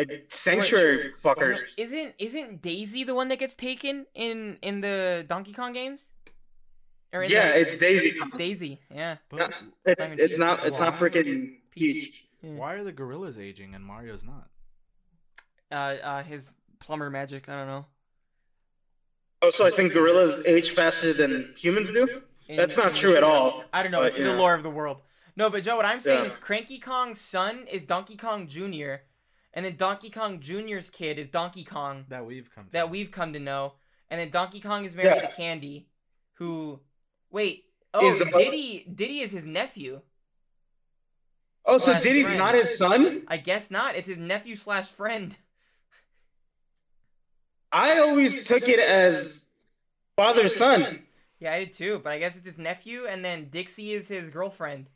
uh, sanctuary fuckers.
Isn't isn't Daisy the one that gets taken in in the Donkey Kong games? Or in
Yeah,
the-
it's Daisy.
it's Daisy. Yeah.
But
It, it's not. It's not freaking Peach.
why are the gorillas aging and Mario's not?
Uh, uh, his plumber magic. I don't know.
Also, Oh, I think gorillas age faster than humans do. That's
In-
not
in
true
this
at
world.
all.
I don't know.
But,
it's in the
yeah.
lore of the world. No, but Joe, what I'm saying
Yeah.
is Cranky Kong's son is Donkey Kong Jr., and then Donkey Kong Jr.'s kid is Donkey Kong
That we've come. To
that we've come to know, and then Donkey Kong is married
Yeah.
to Candy, who, wait,
Is
oh,
the-
Diddy, Diddy is his nephew.
Oh, so
Slash
Diddy's
friend.
not his son?
I guess not. It's his nephew slash friend.
I always took it as father son.
Yeah, I did too, but I guess it's his nephew, and then Dixie is his girlfriend.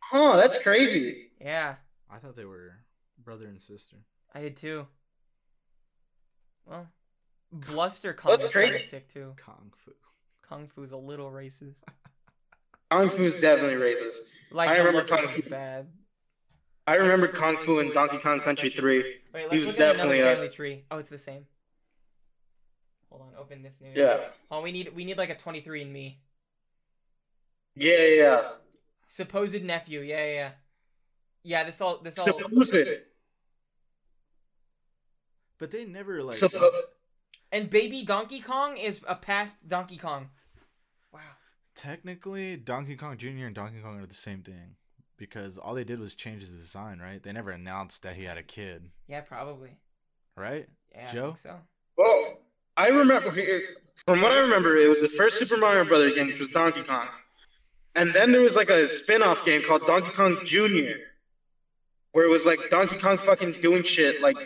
Huh, Oh, that's crazy.
Yeah,
I thought they were brother and sister.
I did too. Well, Bluster Kung
That's
is kind of
crazy.
sick too.
Kung fu.
Kung Fu's a little racist.
Kung Fu's definitely racist.
Like
I
the
remember
look of
Kung
it
Fu.
Bad.
I remember Kung Fu in Donkey Kong Country 3.
Wait, let's
was
look at another
definitely uh, a-
family tree. Oh, it's the same. Hold on, open this new.
Yeah.
Oh, we need we need like a twenty three and me.
Yeah, yeah.
Supposed nephew. Yeah, yeah. Yeah, yeah this all this all.
Supposed.
But they never like.
Suppo-
And baby Donkey Kong is a past Donkey Kong. Wow.
technically, Donkey Kong Jr. and Donkey Kong are the same thing because all they did was change his design, right? They never announced that he had a kid,
Yeah, probably.
right?
Yeah,
Joe?
I think so.
Well, I remember from what I remember, it was the first Super Mario Brother game, which was Donkey Kong, and then there was like a spin-off game called Donkey Kong Junior, where it was like Donkey Kong fucking doing shit, like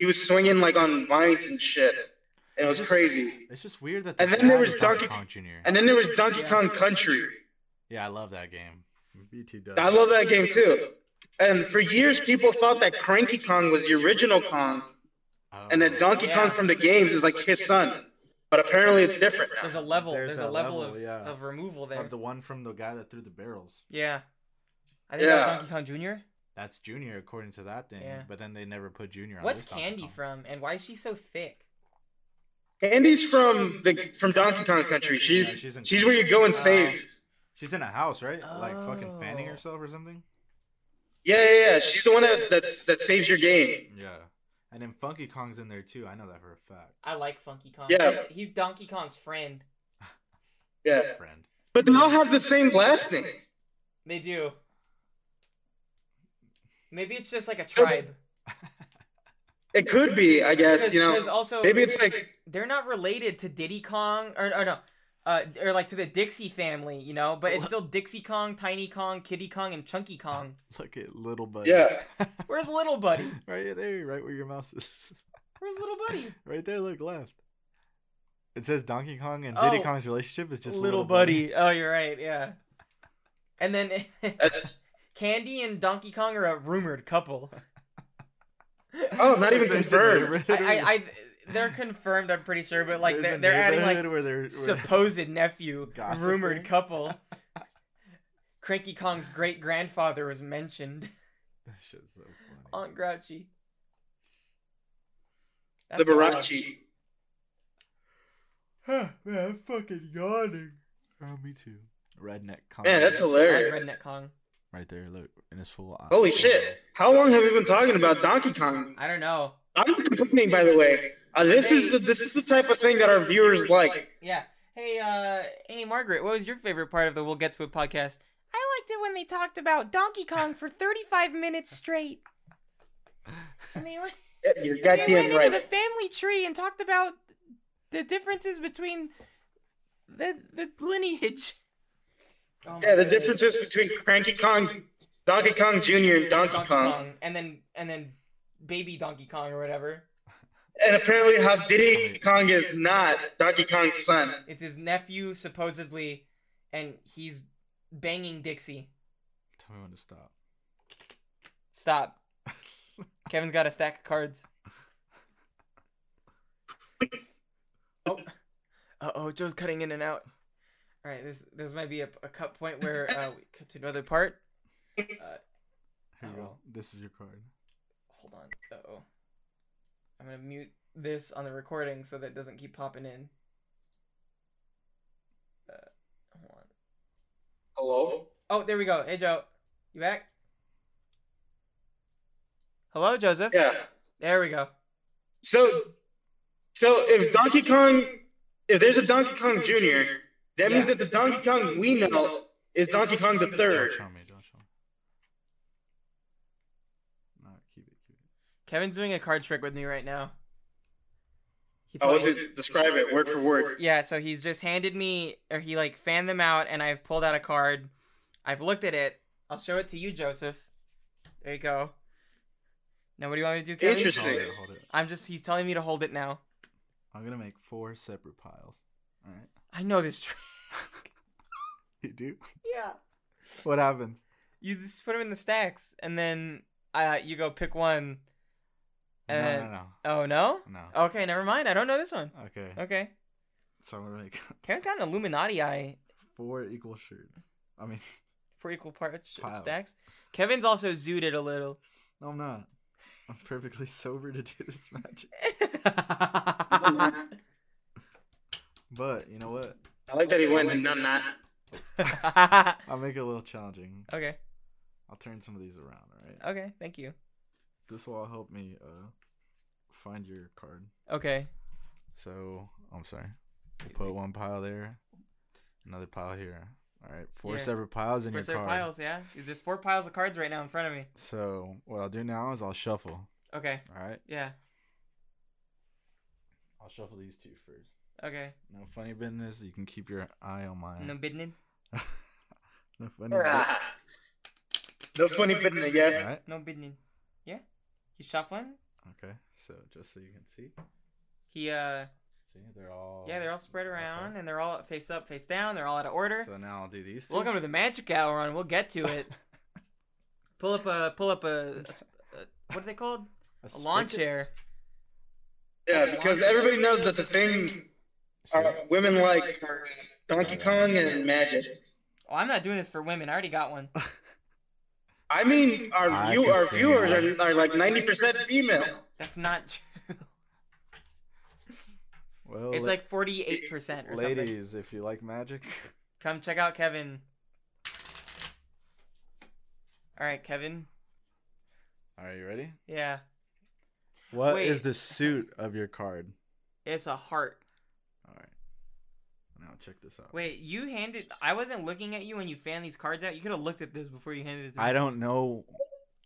he was swinging like on vines and shit, and it was crazy.
It's just weird that.
And
the
then there
dad
was
is
Donkey-
Kong Jr.
And then there was Donkey Kong Country.
yeah, I love that game. BTW.
I love that game too. And for years, people thought that Cranky Kong was the original Kong,
Oh.
and that Donkey
Yeah.
Kong from the games is like his son. But apparently, it's different now.
There's a level.
There's
There's, a
that
level,
level,
of,
yeah.
of removal there.
Of the one from the guy that threw the barrels.
Yeah. I think that
Yeah.
was Donkey Kong Jr.
That's Junior according to that thing.
Yeah.
But then they never put Junior. on
What's
this Donkey
Candy
Kong.
from? And why is she so thick?
Andy's from the from Donkey Kong Country. She's
Yeah,
she's,
she's in-
where you go and save.
She's in a house, right? Like fucking fanning
Oh.
herself or something.
Yeah, yeah, yeah. She's the one that that's, that saves your game.
Yeah. And then Funky Kong's in there too. I know that for a fact.
I like Funky Kong.
Yeah.
He's, he's Donkey Kong's friend.
Yeah,
Friend.
but they all have the same last name.
They do. Maybe it's just like a
they-
tribe.
It could be, I guess. You
Because
know,
also
maybe it's like
they're not related to Diddy Kong or, or no, uh, or like to the Dixie family, you know. But it's still Dixie Kong, Tiny Kong, Kitty Kong, and Chunky Kong.
Look at little buddy.
Yeah.
Where's little buddy?
right there, right where your mouse is.
Where's little buddy?
right there, look left. It says Donkey Kong and Diddy
Oh.
Kong's relationship is just
little, buddy. Oh, you're right. Yeah. And then
that's
Candy and Donkey Kong are a rumored couple.
oh, not even
There's a
confirmed.
neighborhood
I, I,
where-
I, they're confirmed. I'm pretty sure, but like
there's
they're,
a
they're adding like
neighborhood where they're where-
supposed nephew,
Gossiping.
rumored couple. Cranky Kong's great grandfather was mentioned.
That shit's so funny.
Aunt Grouchy.
The
That's wild.
Barachi.
Man, I'm fucking yawning. Oh, me too. Redneck Kong.
Man, that's
I
hilarious.
like Redneck Kong.
Right there, look, in his full eye.
Holy shit! How long have we been talking about Donkey Kong?
I don't know.
I'm not complaining, by the way. Uh, this is the this is the type of thing that our viewers like.
Yeah. Hey, uh, hey, Margaret, what was your favorite part of the We'll Get to It podcast? I liked it when they talked about Donkey Kong for 35 minutes straight. And they went,
Yeah, You're
and they
goddamn
went into the
right.
family tree and talked about the differences between the, the lineage. Oh
Yeah,
my
the
goodness.
differences between Cranky Kong, Donkey Kong Jr., and Donkey Kong,
And then, and then baby Donkey Kong or whatever.
and apparently how Diddy Kong is not Donkey Kong's son.
It's his nephew, supposedly, and he's banging Dixie.
Tell me when to stop.
Stop. Kevin's got a stack of cards. Oh, uh oh, Joe's cutting in and out. All right, this this might be a, a cut point where uh, we cut to another part.
Here you go.
Uh-oh.
This is your card.
Hold on. Uh oh. I'm gonna mute this on the recording so that it doesn't keep popping in. Uh, hold on.
Hello.
Oh, there we go. Hey, Joe. You back? Hello, Joseph.
Yeah.
There we go.
So, so if Donkey Kong, if there's a Donkey Kong Jr., that means that the Donkey Kong we know is Donkey Kong the
Don't
third.
show me. Don't show me. No, keep it. Keep it.
Kevin's doing a card trick with me right now. He
I
told
want
me,
to describe Oh, it word for word.
yeah, so he's just handed me, or he like fanned them out, and I've pulled out a card. I've looked at it, I'll show it to you, Joseph. There you go. Now, what do you want me to do, Kelly?
Interesting.
Hold it, hold it.
I'm just, he's telling me to hold it now.
I'm gonna make four separate piles. All right.
I know this trick.
You do.
yeah.
What happens?
You just put them in the stacks, and then uh, you go pick one. And
no, no,
Oh, no?
no, no.
Okay, never mind. I don't know this one.
Okay.
Okay.
So I'm gonna make
Karen's got an Illuminati eye
four equal shirts. I mean,
for equal parts
Piles.
stacks. Kevin's also zooted a little.
no, I'm not. I'm perfectly sober to do this magic. But you know what?
I like that he went and done that.
I'll make it a little challenging.
okay.
I'll turn some of these around. All right.
Okay. Thank you.
This will all help me uh find your card.
Okay.
So oh, I'm sorry. We'll put one pile there, another pile here. All right, four
Yeah.
separate piles in
Four
your
set
card.
piles, yeah. There's four piles of cards right now in front of me.
So what I'll do now is I'll shuffle.
Okay.
All right.
Yeah.
I'll shuffle these two first.
Okay.
No funny business. You can keep your eye on mine.
No bidding.
no funny. business.
no funny business,
All
yeah.
right.
No bidding. Yeah. He's shuffling.
Okay. So just so you can see,
He uh
see they're all.
yeah, they're all spread
Oh, okay.
around and they're all face up, face down, they're all out of order.
So now I'll do these two.
Welcome to the magic hour and we'll get to it. pull up a pull up a, a sp- a- what are they called? A lawn
circuit.
chair.
Yeah, because everybody knows that the thing
See?
uh, women like are Donkey Kong and Magic.
Oh, I'm not doing this for women. I already got one.
I mean, our
I
view,
can
our
stand
viewers
that.
are, are like 90% female.
That's not true.
Well,
It's
Oh, la-
like 48% or something.
ladies, if you like magic,
Come check out Kevin. All right, Kevin.
are you ready?
Yeah,
What is
Wait.
the suit of your card?
it's a heart.
All right. Now check this out.
Wait, you handed. I wasn't looking at you when you fanned these cards out. You could have looked at this before you handed it to me.
I don't know.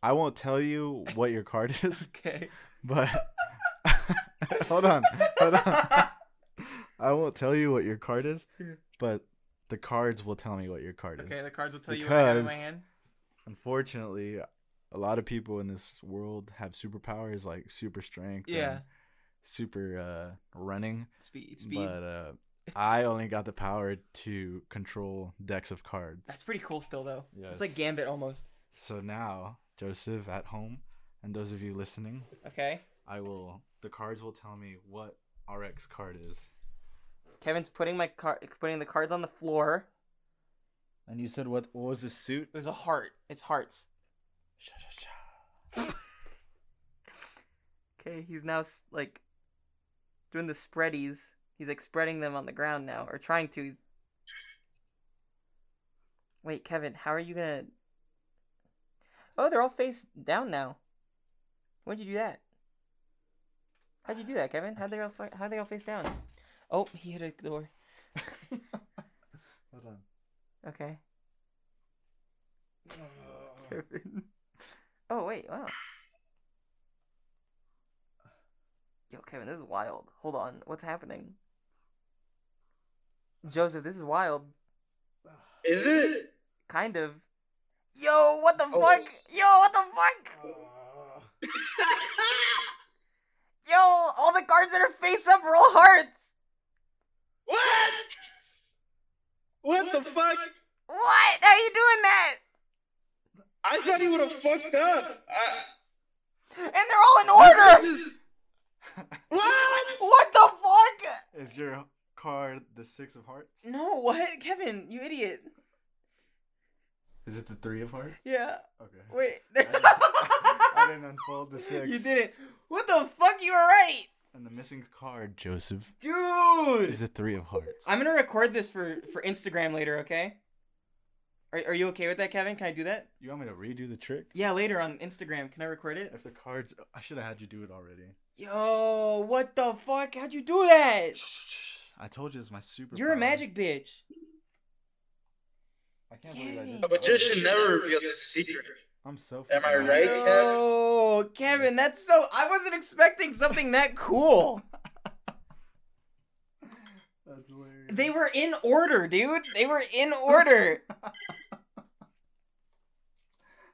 I won't tell you what your card is,
Okay.
but hold on, hold on. I won't tell you what your card is, but the cards will tell me what your card is.
okay, the cards will tell you what I have in my
Because-
hand.
Unfortunately, a lot of people in this world have superpowers like super strength, and
Yeah.
super uh, running.
Speed, speed.
But uh, I only got the power to control decks of cards.
That's pretty cool still, though. It's like
Yes.
Gambit almost.
So now, Joseph at home, and those of you listening,
Okay.
I will. The cards will tell me what RX card is.
Kevin's putting my card, putting the cards on the floor.
And you said what? What was the suit?
It was a heart. It's hearts. Okay, he's now s- like doing the spreadies. He's like spreading them on the ground now, or trying to. He's... Wait, Kevin, how are you gonna? Oh, they're all face down now. Why'd you do that? How'd you do that, Kevin? How'd they all fa- how'd they all face down? Oh, he hit a door.
Hold on.
Okay. Kevin. Oh wait, wow. Yo, Kevin, this is wild. Hold on, what's happening? Joseph, this is wild.
Is it?
Kind of. Yo, what the
Oh.
fuck? Yo, what the fuck? Yo, all the cards that are face up are all hearts.
what? What the fuck?
What? How you doing that?
I thought he would have fucked up. I,
And they're all in order.
Just- what?
What the fuck?
Is your card the six of hearts?
No, what, Kevin? You idiot.
Is it the three of hearts?
Yeah.
Okay.
Wait.
I didn't, I didn't unfold the six.
You did it. What the fuck? You were right,
And the missing card, Joseph, is
dude.
the three of hearts.
I'm gonna record this for for Instagram later. Okay. Are Are you okay with that, Kevin? Can I do that?
You want me to redo the trick?
Yeah, later on Instagram. Can I record it?
If the cards, I should have had you do it already.
Yo, what the fuck? How'd you do that?
I told you it's my super.
You're a magic bitch.
I can't believe I
Yeah.
just. Oh,
A magician never reveals his secret.
I'm so.
Am I
fucking-
right, Kevin?
Yo, Kevin, that's so. I wasn't expecting something that cool.
That's hilarious.
They were in order, dude. They were in order.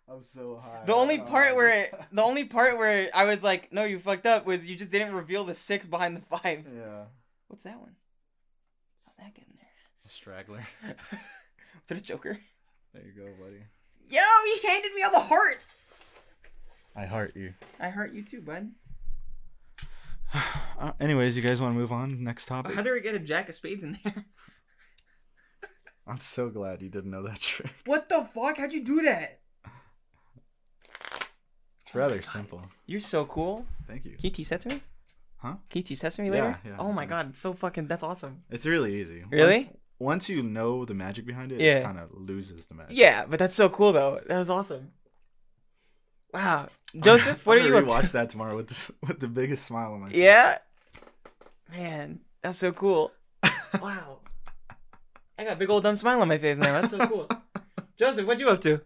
I'm so high. Um,
The only part where it, the only part where I was like, no, you fucked up was you just didn't reveal the six behind the five.
yeah,
What's that one? How's that getting there?
straggler.
What's it a joker?
There you go, buddy.
Yo, he handed me all the hearts.
I heart you.
I hurt you too, bud.
Uh, anyways, you guys want to move on? Next topic.
How did I get a jack of spades in there?
I'm so glad you didn't know that trick.
What the fuck? How'd you do that?
It's
Oh
rather simple.
You're so cool.
Thank you.
Can you teach that to me?
Huh?
Can you teach that to me
Yeah,
later?
yeah,
oh my
yeah.
god, so fucking that's awesome.
It's really easy. Once-
Really?
Once, you know the magic behind it,
Yeah.
it kind of loses the magic.
Yeah, but that's so cool though. That was awesome. Wow, Joseph, what are you up to?
Watch that tomorrow with this, with the biggest smile on my face.
Yeah. Man, that's so cool. wow. I got a big old dumb smile on my face now. That's so cool. Joseph, what you up to?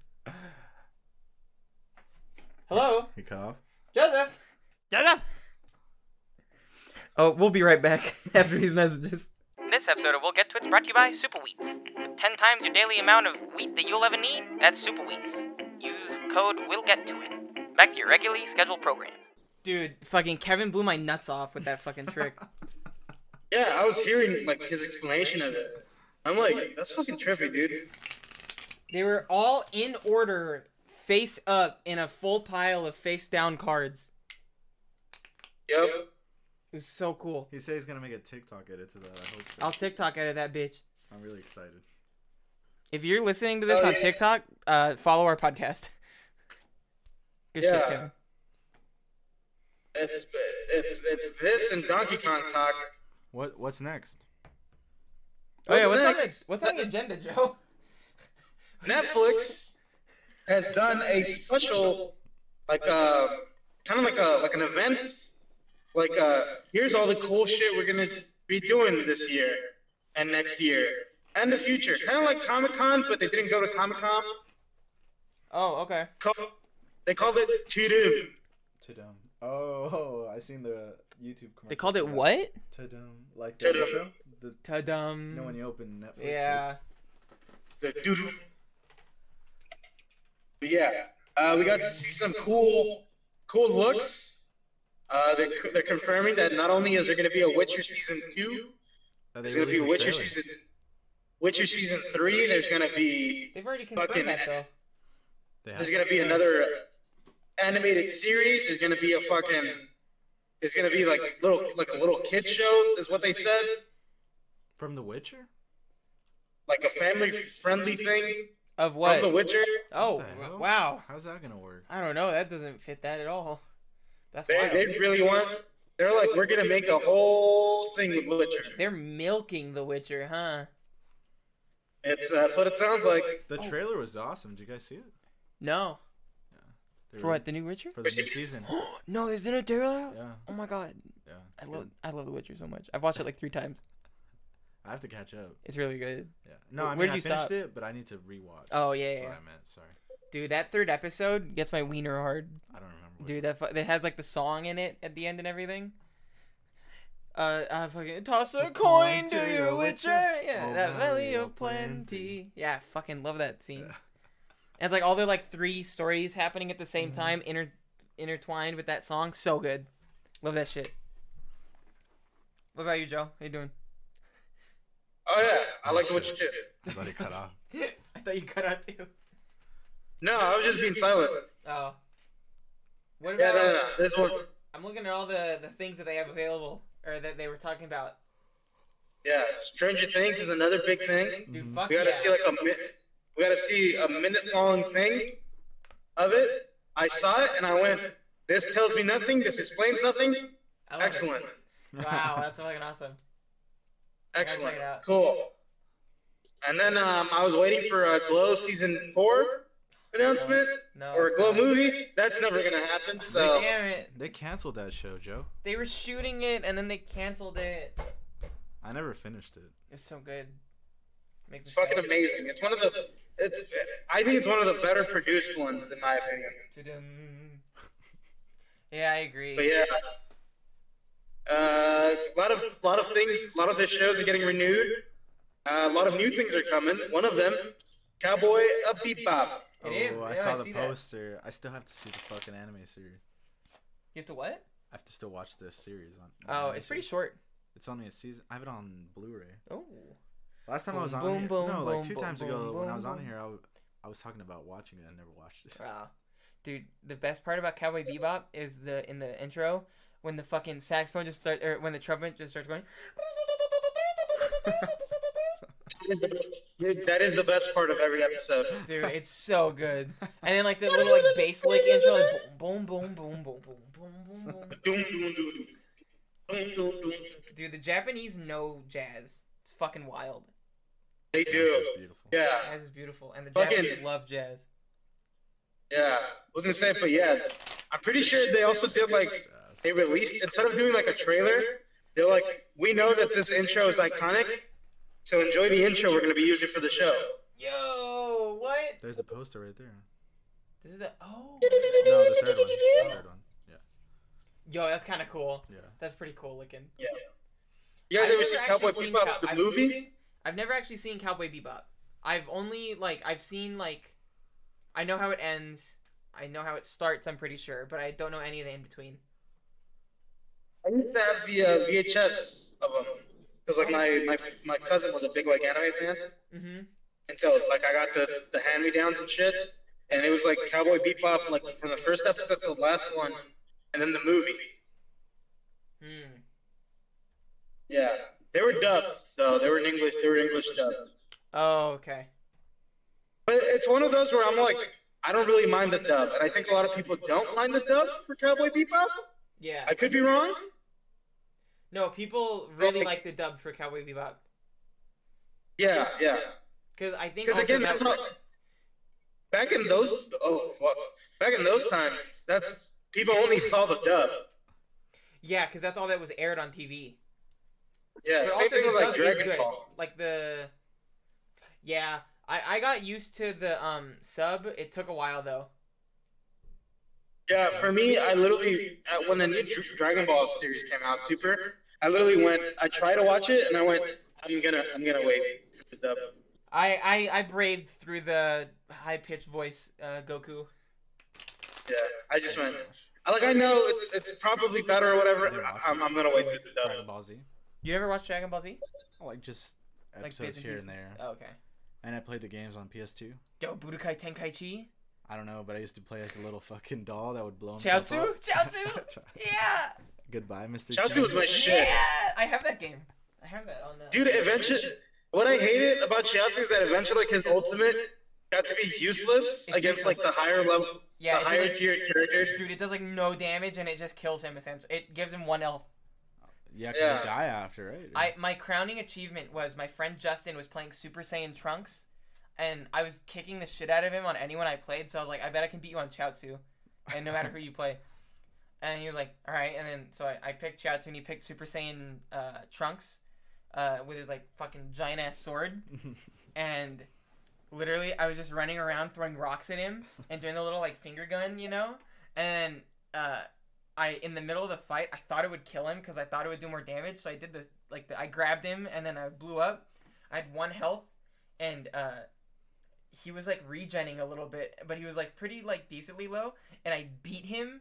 Hello,
You cut off.
Joseph. Joseph. Oh, we'll be right back after these messages. This episode of We'll Get to It's brought to you by Super Wheats. With 10 times your daily amount of wheat that you'll ever need, that's Super Wheats. Use code We'll Get to It. Back to your regularly scheduled programs. Dude, fucking Kevin blew my nuts off with that fucking trick.
Yeah, I was hearing like his explanation of it. I'm like, that's fucking trippy, dude.
They were all in order, face up, in a full pile of face down cards.
Yep.
It was so cool.
He said he's gonna make a TikTok edit to that. I hope so.
I'll TikTok out of that bitch.
I'm really excited.
If you're listening to this
Oh,
on
yeah.
TikTok, uh, follow our podcast. Good shit, Oh,
Yeah.
Kevin.
It's it's it's this and Donkey Kong talk.
What What's next?
Oh yeah,
What's
what's on the,
next?
what's on the agenda, Joe?
Netflix has done a special, like uh, kind of like a like an event, like uh, here's all the cool shit we're gonna be doing this year and next year and the future. Kind of like Comic Con, but they didn't go to Comic Con.
Oh, okay.
Call- They called it To Do.
To dum. Oh, I seen the YouTube.
They called it what?
To dum. Like
the Tudum. intro?
The
Ta-dum.
you open Netflix.
Mm. yeah.
the doodle. But yeah, uh, we got to see some cool, cool looks. Uh, they're, they're confirming that not only is there going to be a Witcher season two, there's going to be Witcher season, Witcher season three. There's going to be
They've already confirmed
Fucking-
that though.
there's going to be another animated series. There's going to be a fucking. It's going to be like little like a little kid show is what they said,
From The Witcher?
like a family friendly thing
Of
from The
what?
Witcher.
Oh,
What the hell?
wow.
How's that gonna work?
I don't know. That doesn't fit that at all. That's
They,
wild.
they really want. They're like, we're gonna make a whole thing with Witcher.
They're milking The Witcher, huh?
It's that's what it sounds like.
The
Oh.
trailer was awesome. Did you guys see it?
No.
They
For
were-
what? The new Witcher?
For the new season.
no, there's no trailer out.
Yeah,
Oh my god,
yeah.
I
it's
love
good.
I love The Witcher so much. I've watched it like three times.
I have to catch up.
It's really good.
Yeah. No,
Wh-
I mean
where
I
did you
finished
stop?
it, but I need to rewatch.
Oh yeah, yeah,
That's what
yeah.
I meant. Sorry,
dude, that third episode gets my wiener hard.
I don't remember. what-
Dude, that fu- that has like the song in it at the end and everything. Uh, I fucking toss a
The
coin
coin
to your Witcher. Yeah,
Oh,
that
valley
valley
of
of plenty.
plenty.
Yeah, I fucking love that scene.
Yeah.
And it's like all the like three stories happening at the same time, inter- intertwined with that song. So good. Love that shit. What about you, Joe? How you doing?
Oh yeah, I like the Witcher too.
I thought it cut off.
I thought you cut out too.
No, I was just being silent.
Oh. What
Yeah,
about?
no, no, no. This one.
I'm looking at all the the things that they have available or that they were talking about.
Yeah, Stranger Things is another big thing.
Dude,
Mhm.
fuck
We gotta
yeah.
see like a minute. We gotta see a minute long thing of it. I saw it and I went, this tells me nothing. This explains nothing.
I love it.
Excellent,
Wow, that's fucking awesome.
excellent,
it out.
cool. And then um, I was waiting for a Glow season four announcement.
No.
or a
it's
glow
not.
movie. That's never gonna happen. So
Damn it.
they canceled that show, Joe.
They were shooting it and then they canceled it.
I never finished it.
It's so good. Makes
it's
me
fucking amazing. It's one of the. It's. I think it's one of the better produced ones in my opinion.
sad. Ta-dum. Yeah, I agree.
But yeah. Uh, a lot of a lot of things. A lot of the shows are getting renewed. Uh, a lot of new things are coming. One of them, Cowboy Up Bebop.
It is.
Oh,
Yeah, I
I saw the
see that.
poster. I still have to see the fucking anime series.
You have to what?
I have to still watch this series on.
Oh,
anime
it's pretty
series.
short.
It's only a season. I have it on Blu-ray.
Oh.
Last time I was
Boom,
on
boom,
here,
boom,
no, like
boom,
two
boom,
times
boom,
ago when I
boom,
was on
boom.
here, I, w- I was talking about watching it. I never watched it.
Wow. Dude, the best part about Cowboy Bebop is the in the intro when the fucking saxophone just starts or when the trumpet just starts going.
That is the- dude, that is the best part of every episode.
Dude, it's so good. And then like the little like bass lick intro like boom boom boom boom boom boom boom boom boom.
Doom, doom, doom, doom. Doom, doom, doom, doom.
Dude, the Japanese know jazz. It's fucking wild.
They
This is
do.
beautiful.
Yeah,
Jazz is beautiful and the
Fucking-
Japanese love jazz.
yeah. I was gonna say, but yeah, I'm pretty sure they also did like
Jazz.
they released instead of doing like a trailer, they're like, we know that this intro is iconic, so enjoy the intro we're gonna be using for the show.
Yo, what?
There's a poster right there.
This is the oh.
No, the third one. The third one. Yeah,
Yo, that's kind of cool.
yeah.
That's pretty cool looking.
You guys
I've
ever
never
see
actually
Cowboy
seen
Bebop
Cow-
the
I've-
movie?
I've never actually seen Cowboy Bebop. I've only like I've seen like I know how it ends. I know how it starts, I'm pretty sure, but I don't know any of the in between.
I used to have the uh, VHS of them because like my, my my cousin was a big like anime fan,
Mhm.
and so like I got the the hand me downs and shit, and it was like Cowboy Bebop like from the first episode to the last one, and then the movie.
Hmm.
Yeah, they were dubbed though. They were in English. They were English dubbed.
Oh, okay.
But it's one of those where I'm like, I don't really mind the dub, and I think a lot of people don't mind the dub for Cowboy Bebop.
Yeah.
I could be wrong.
No, people really like
like-
the dub for Cowboy Bebop
Yeah, yeah.
cuz I think
Because
also
again,
that
that's how. Back in those, oh fuck, back in those times, that's people only saw the dub.
Yeah, cuz that's all that was aired on TV.
Yeah,
But
same
also
thing
the
with like
dub is
Dragon
good.
Ball.
Like the Yeah, I I got used to the um sub. It took a while though.
Yeah, for me, I literally at, when the new Dr- Dragon Ball series came out, Super, I literally went, I tried to watch it, and I went, I'm gonna, I'm gonna wait for the dub.
I I I braved through the high-pitched voice uh Goku.
Yeah, I just went. I Like I know it's it's probably better or whatever. I- I'm, I'm gonna wait for the
Dragon
dub.
Ball Z.
You ever watched Dragon Ball Z?
I like just
Like
episodes here and
pieces?
there.
Oh, okay.
And I played the games on PS2.
Yo, Budokai Tenkaichi.
I don't know, but I used to play as a little fucking doll that would blow himself
Chaozu?
up.
Chaozu? Yeah.
Goodbye, Mr.
Chaozu was my shit.
Yeah. I have that game. I have that on. Uh...
Dude, eventually, what I hated about Chiaotzu is that eventually, like his ultimate got to be useless against like the higher level, the
yeah. It
higher
does,
tier characters.
like, dude, it does like no damage and it just kills him essentially. It gives him one health.
Yeah, 'cause
Yeah.
you die after, right?
I my crowning achievement was my friend Justin was playing Super Saiyan Trunks, and I was kicking the shit out of him on anyone I played. So I was like, I bet I can beat you on Chaozu, and no matter who you play. And he was like, all right. And then so I, I picked Chaozu, and he picked Super Saiyan uh, Trunks, uh, with his like fucking giant ass sword, and literally I was just running around throwing rocks at him and doing the little like finger gun, you know, and uh. I in the middle of the fight, I thought it would kill him because I thought it would do more damage. So I did this like the, I grabbed him and then I blew up. I had one health, and uh, he was like regening a little bit, but he was like pretty like decently low, and I beat him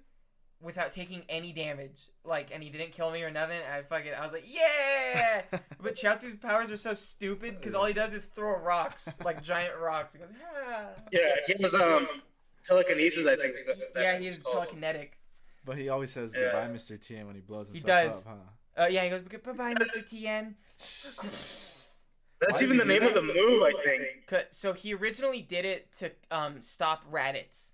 without taking any damage. Like, and he didn't kill me or nothing. I fucking I was like, yeah. but Chaozu's powers are so stupid because all he does is throw rocks like giant rocks. He goes, ah.
Yeah, he was um telekinesis, I think. Is that, that
yeah,
thing
he's
was called.
telekinetic.
but he always says
Yeah.
goodbye, Mr. T, and when he blows himself
does.
up,
Uh, yeah, he goes, bye bye, Mr. TN.
That's
Why
even the
did he
name
do
of the move, I think.
Cause, so he originally did it to um, stop Raditz,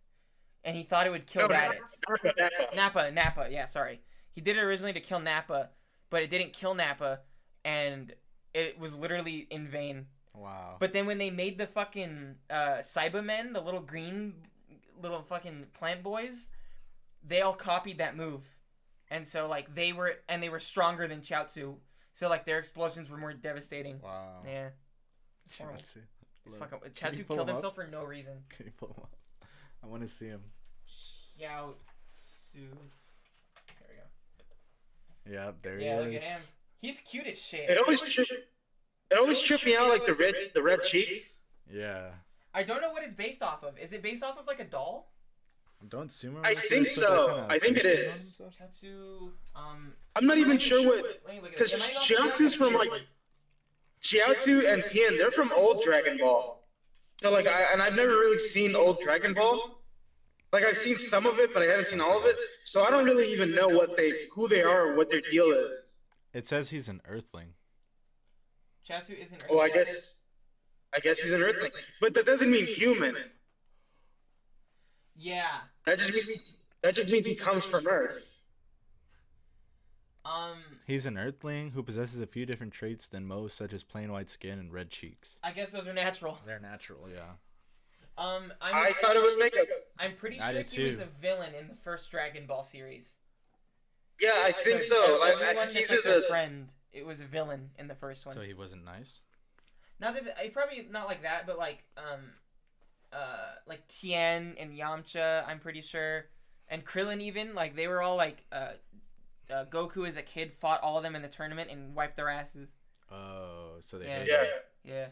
and he thought it would
No,
kill Raditz.
Nappa,
Nappa,
Nappa.
Nappa, yeah, sorry. He did it originally to kill Nappa, but it didn't kill Nappa, and it was literally in vain.
huh? Wow.
But then when they made the fucking uh, Cybermen, the little green, little fucking plant boys, they all copied that move, and so like they were and they were stronger than Chaozu, so like their explosions were more devastating.
wow.
Yeah, Oh,
Chaozu.
it's
Look,
fucking
Can you
Chaozu
pull
killed
him up?
himself for no reason.
Can you pull him up? I want to see him.
Shout Sue. There we go.
Yeah, there
Yeah,
he
look at
is.
him. He's cute as shit.
It always tripped. It always tripped me out, like the red, the red cheeks.
Yeah.
I don't know what it's based off of. Is it based off of like a doll?
Don't sumo.
I
wrestlers
think
put that
so.
kinda
I think it
face paint on
is.
themselves?
Katsu. Um.
I'm not even sure what
Let me look at
because
it. It might also be on
Jiaoxu's from like Jiaoxu and Tien. They're from old Dragon Ball. So like I and I've never really seen old Dragon Ball. Like I've seen some of it, but I haven't seen all of it. So I don't really even know what they who they are or what their deal is.
It says he's an Earthling.
Chiaotzu isn't.
Well, Oh, I guess I guess he's an Earthling, but that doesn't mean human.
Yeah.
That just means that just means he comes from Earth.
Um.
He's an Earthling who possesses a few different traits than most, such as plain white skin and red cheeks.
I guess those are natural.
They're natural, yeah.
Um. I'm.
I thought it was makeup.
I'm pretty
I
sure he
did
was
too.
a villain in the first Dragon Ball series.
Yeah, I think so. Like I,
everyone
he's
that's like
just
their
a
friend. It was a villain in the first one.
So he wasn't nice.
Not that I probably not like that, but like um, uh, like Tien and Yamcha. I'm pretty sure, and Krillin even like they were all like uh, uh Goku as a kid fought all of them in the tournament and wiped their asses.
Oh, so they.
Yeah.
hate
yeah.
him.
Yeah,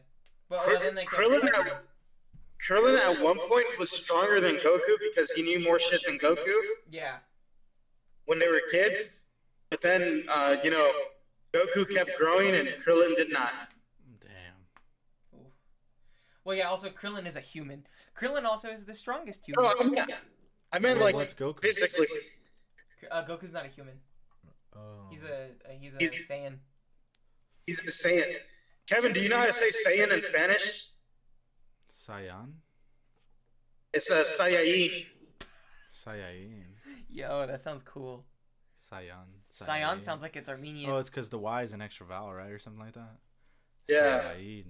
but well, then
Krillin,
like there was,
Krillin,
like,
at, Krillin at one point was stronger than Goku because he knew more shit than Goku
yeah,
when they were kids. But then, uh, you know, Goku kept growing and Krillin did not.
Damn.
well yeah. Also Krillin is a human. Krillin also is the strongest human.
No, I
Oh,
mean, I meant
Well,
like
what's Goku?
physically.
Uh, Goku's not a human.
Oh.
He's a uh, he's a
He's-
Saiyan.
He's a Saiyan. Kevin, do you know how to say Saiyan in Spanish?
Saiyan.
It's a Saiyan.
Saiyan.
Yo, that sounds cool.
Saiyan.
Saiyan sounds like it's Armenian.
Oh, it's because the Y is an extra vowel, right, or something like that.
Yeah.
Saiyan.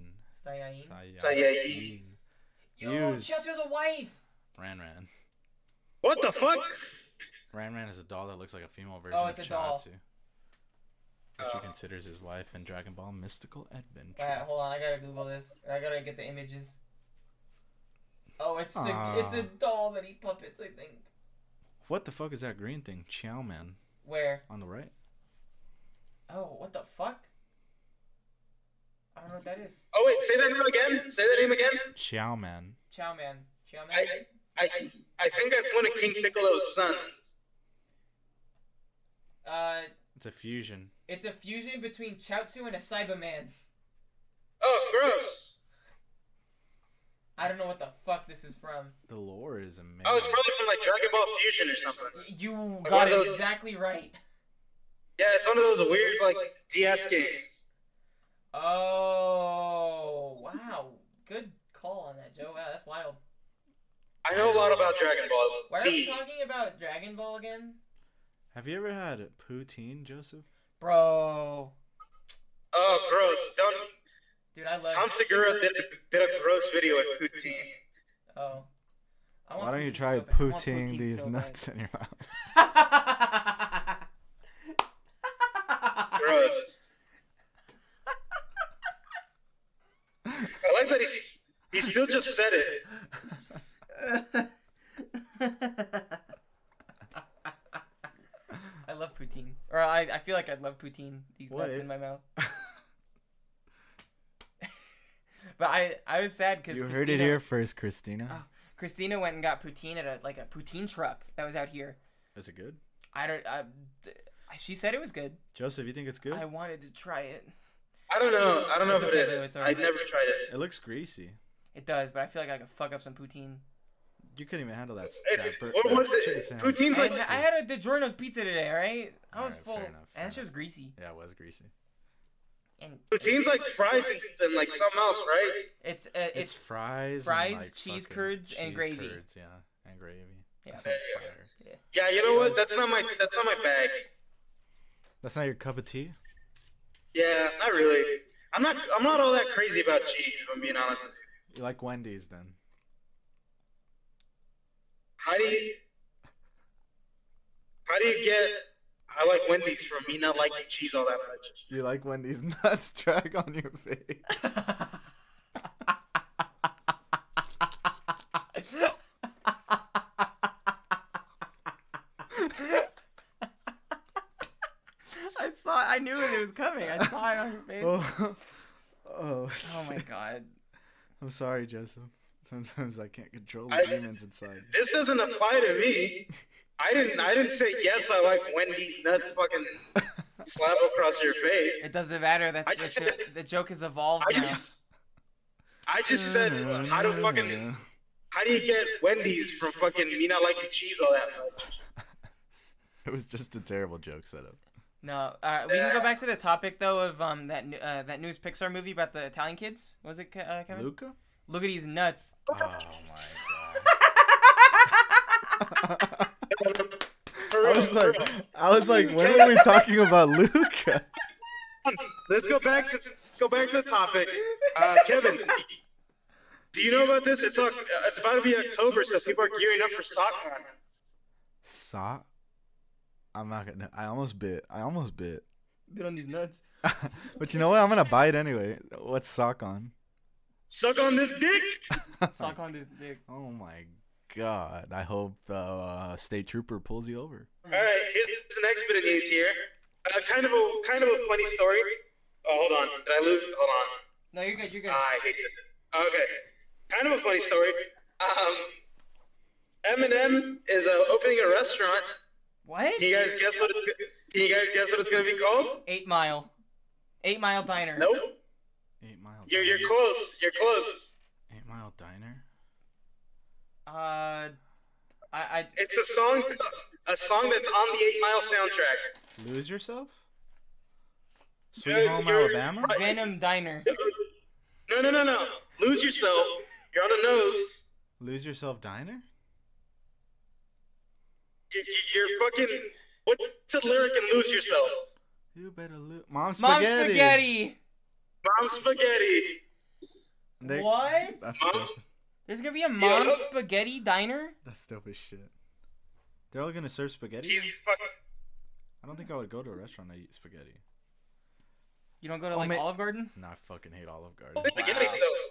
Saiyan.
Saiyan.
Saiyan.
Yo,
Use.
Chiaotzu has a wife.
Ran Ran.
What the fuck?
Ran Ran is a doll that looks like a female version
Oh,
of
it's a doll.
Chiaotzu, which he
Oh.
considers his wife in Dragon Ball Mystical Adventure.
Alright, hold on. I gotta Google this. I gotta get the images. Oh, it's a,
Aw.
it's a doll that he puppets. I think.
What the fuck is that green thing? Chow Man
Where?
on the right.
Oh, what the fuck? I don't know what that is.
Oh wait, say that name again. Say that name again.
Chow Man.
Chow man. Chow man.
I, I, I think that's one of King Piccolo's sons.
Uh,
It's a fusion.
it's a fusion between Chiaotzu and a Cyberman.
Oh, gross.
I don't know what the fuck this is from.
The lore is amazing.
Oh, it's probably from like Dragon Ball Fusion or something.
Y- You
Like one
got
of
it
those-
exactly right.
Yeah, it's one of those weird like DS games.
Oh wow, good call on that, Joe. Wow, that's wild.
I know a lot about Dragon Ball
Why are we
Z.
talking about Dragon Ball again,
Have you ever had poutine, Joseph?
bro?
Oh, gross. Don't,
Dude, I love.
Tom Segura did, did a gross video with Poutine.
Oh. I
Why
want
don't you
poutine
try
so bad. I want
poutine
poutine
these
so
nuts in your mouth?
bad.
Gross. I like that he, he still just said it.
I love poutine. Or I, I feel like I'd love poutine. These nuts
Wait.
in my mouth. But I, I was sad because
you
Christina,
heard it here first, Christina.
Oh. Christina went and got poutine at a like a poutine truck that was out here.
Is it good?
I don't. I, she said it was good.
Joseph, you think it's good?
I wanted to try it.
I don't know. I don't know if it
It's okay,
is.
it's
I
alright.
never tried it.
It looks greasy.
It does, but I feel like I could fuck up some poutine.
You couldn't even handle that. s- that
It's,
bur-
what
that
was
chicken
it?
sandwich.
Poutine's
I,
like
had, I had a DiGiorno's pizza today, all right? I was
Alright,
full,
fair enough, fair
and that shit was
enough.
greasy.
Yeah, it was greasy.
And
poutine's like fries and, and like something else, right?
it's uh, it's,
It's, fries, and,
fries,
like,
cheese
fucking
curds, and
cheese
gravy.
curds, yeah, and gravy.
Yeah.
That sounds
There you go.
fire.
Yeah, you know what? That's not my that's not my bag.
That's not your cup of tea.
Yeah, not really. I'm not I'm not all that crazy about cheese, if I'm being honest with you.
You like Wendy's then?
How do you how do you get I like Wendy's from me not liking cheese all that much.
You like when these nuts drag on your face?
I saw, I knew it was coming. I saw it on your face.
oh, oh,
Oh my
shit.
god.
I'm sorry, Joseph. Sometimes I can't control
I-
the demons inside.
This doesn't apply to me. I didn't. I didn't say yes. I like Wendy's nuts. Fucking slap across your face.
It doesn't matter.
I
That's, that's
just
it. the joke has evolved
I
now.
just. I just said how do fucking how do you get Wendy's from fucking me not liking cheese all that much?
It was just a terrible joke setup.
No, uh, we can go back to the topic though of um that new- uh, that news Pixar movie about the Italian kids. What was it Ke- uh, Kevin?
Luca?
Look at these nuts.
Oh my god.
For
I
real,
was
for
like,
real.
I was like, when are we talking about Luca?
Let's go back to go back to the topic. Uh, Kevin, do you know about this? It's Oc- uh, it's about to be October, so people are gearing up for SockCon.
Sock? I'm not gonna. I almost bit. I almost bit.
Bit on these nuts.
but you know what? I'm gonna buy it anyway. What's sock on?
Suck on this dick.
Sock on this dick.
oh my god! I hope the uh, state trooper pulls you over.
All right, here's the next bit of news here. Uh, kind of a kind of a funny story. Oh, hold on. Did I lose? Hold on.
No, you're good. You're good.
Ah, I hate this. Okay. Kind of a funny story. Um, Eminem is uh, opening a restaurant.
what?
Can you guys guess what? It's, can you guys guess what it's gonna be called?
Eight Mile. Eight Mile Diner.
Nope.
Eight mile.
You're you're
Diner?
close. You're close.
Eight mile diner.
Uh, I, I
It's a song. A song that's on the Eight Mile soundtrack.
Lose yourself. Sweet
You're-
home
you're
Alabama.
right.
Venom Diner.
No, no, no, no. Lose yourself. You're on the nose.
Lose yourself diner.
You- you- You're fucking. What's a lyric and lose yourself?
You better lose. Mom
Mom
spaghetti.
Spaghetti.
Mom spaghetti.
They-
What?
That's
Mom-
dope.
There's gonna be a Mom
Yeah.
Spaghetti Diner.
That's dope as shit. They're all gonna serve spaghetti.
He's fucking.
I don't think I would go to a restaurant to eat spaghetti.
You don't go to
Oh,
like
ma-
Olive Garden.
No, I fucking hate Olive Garden.
Spaghetti though.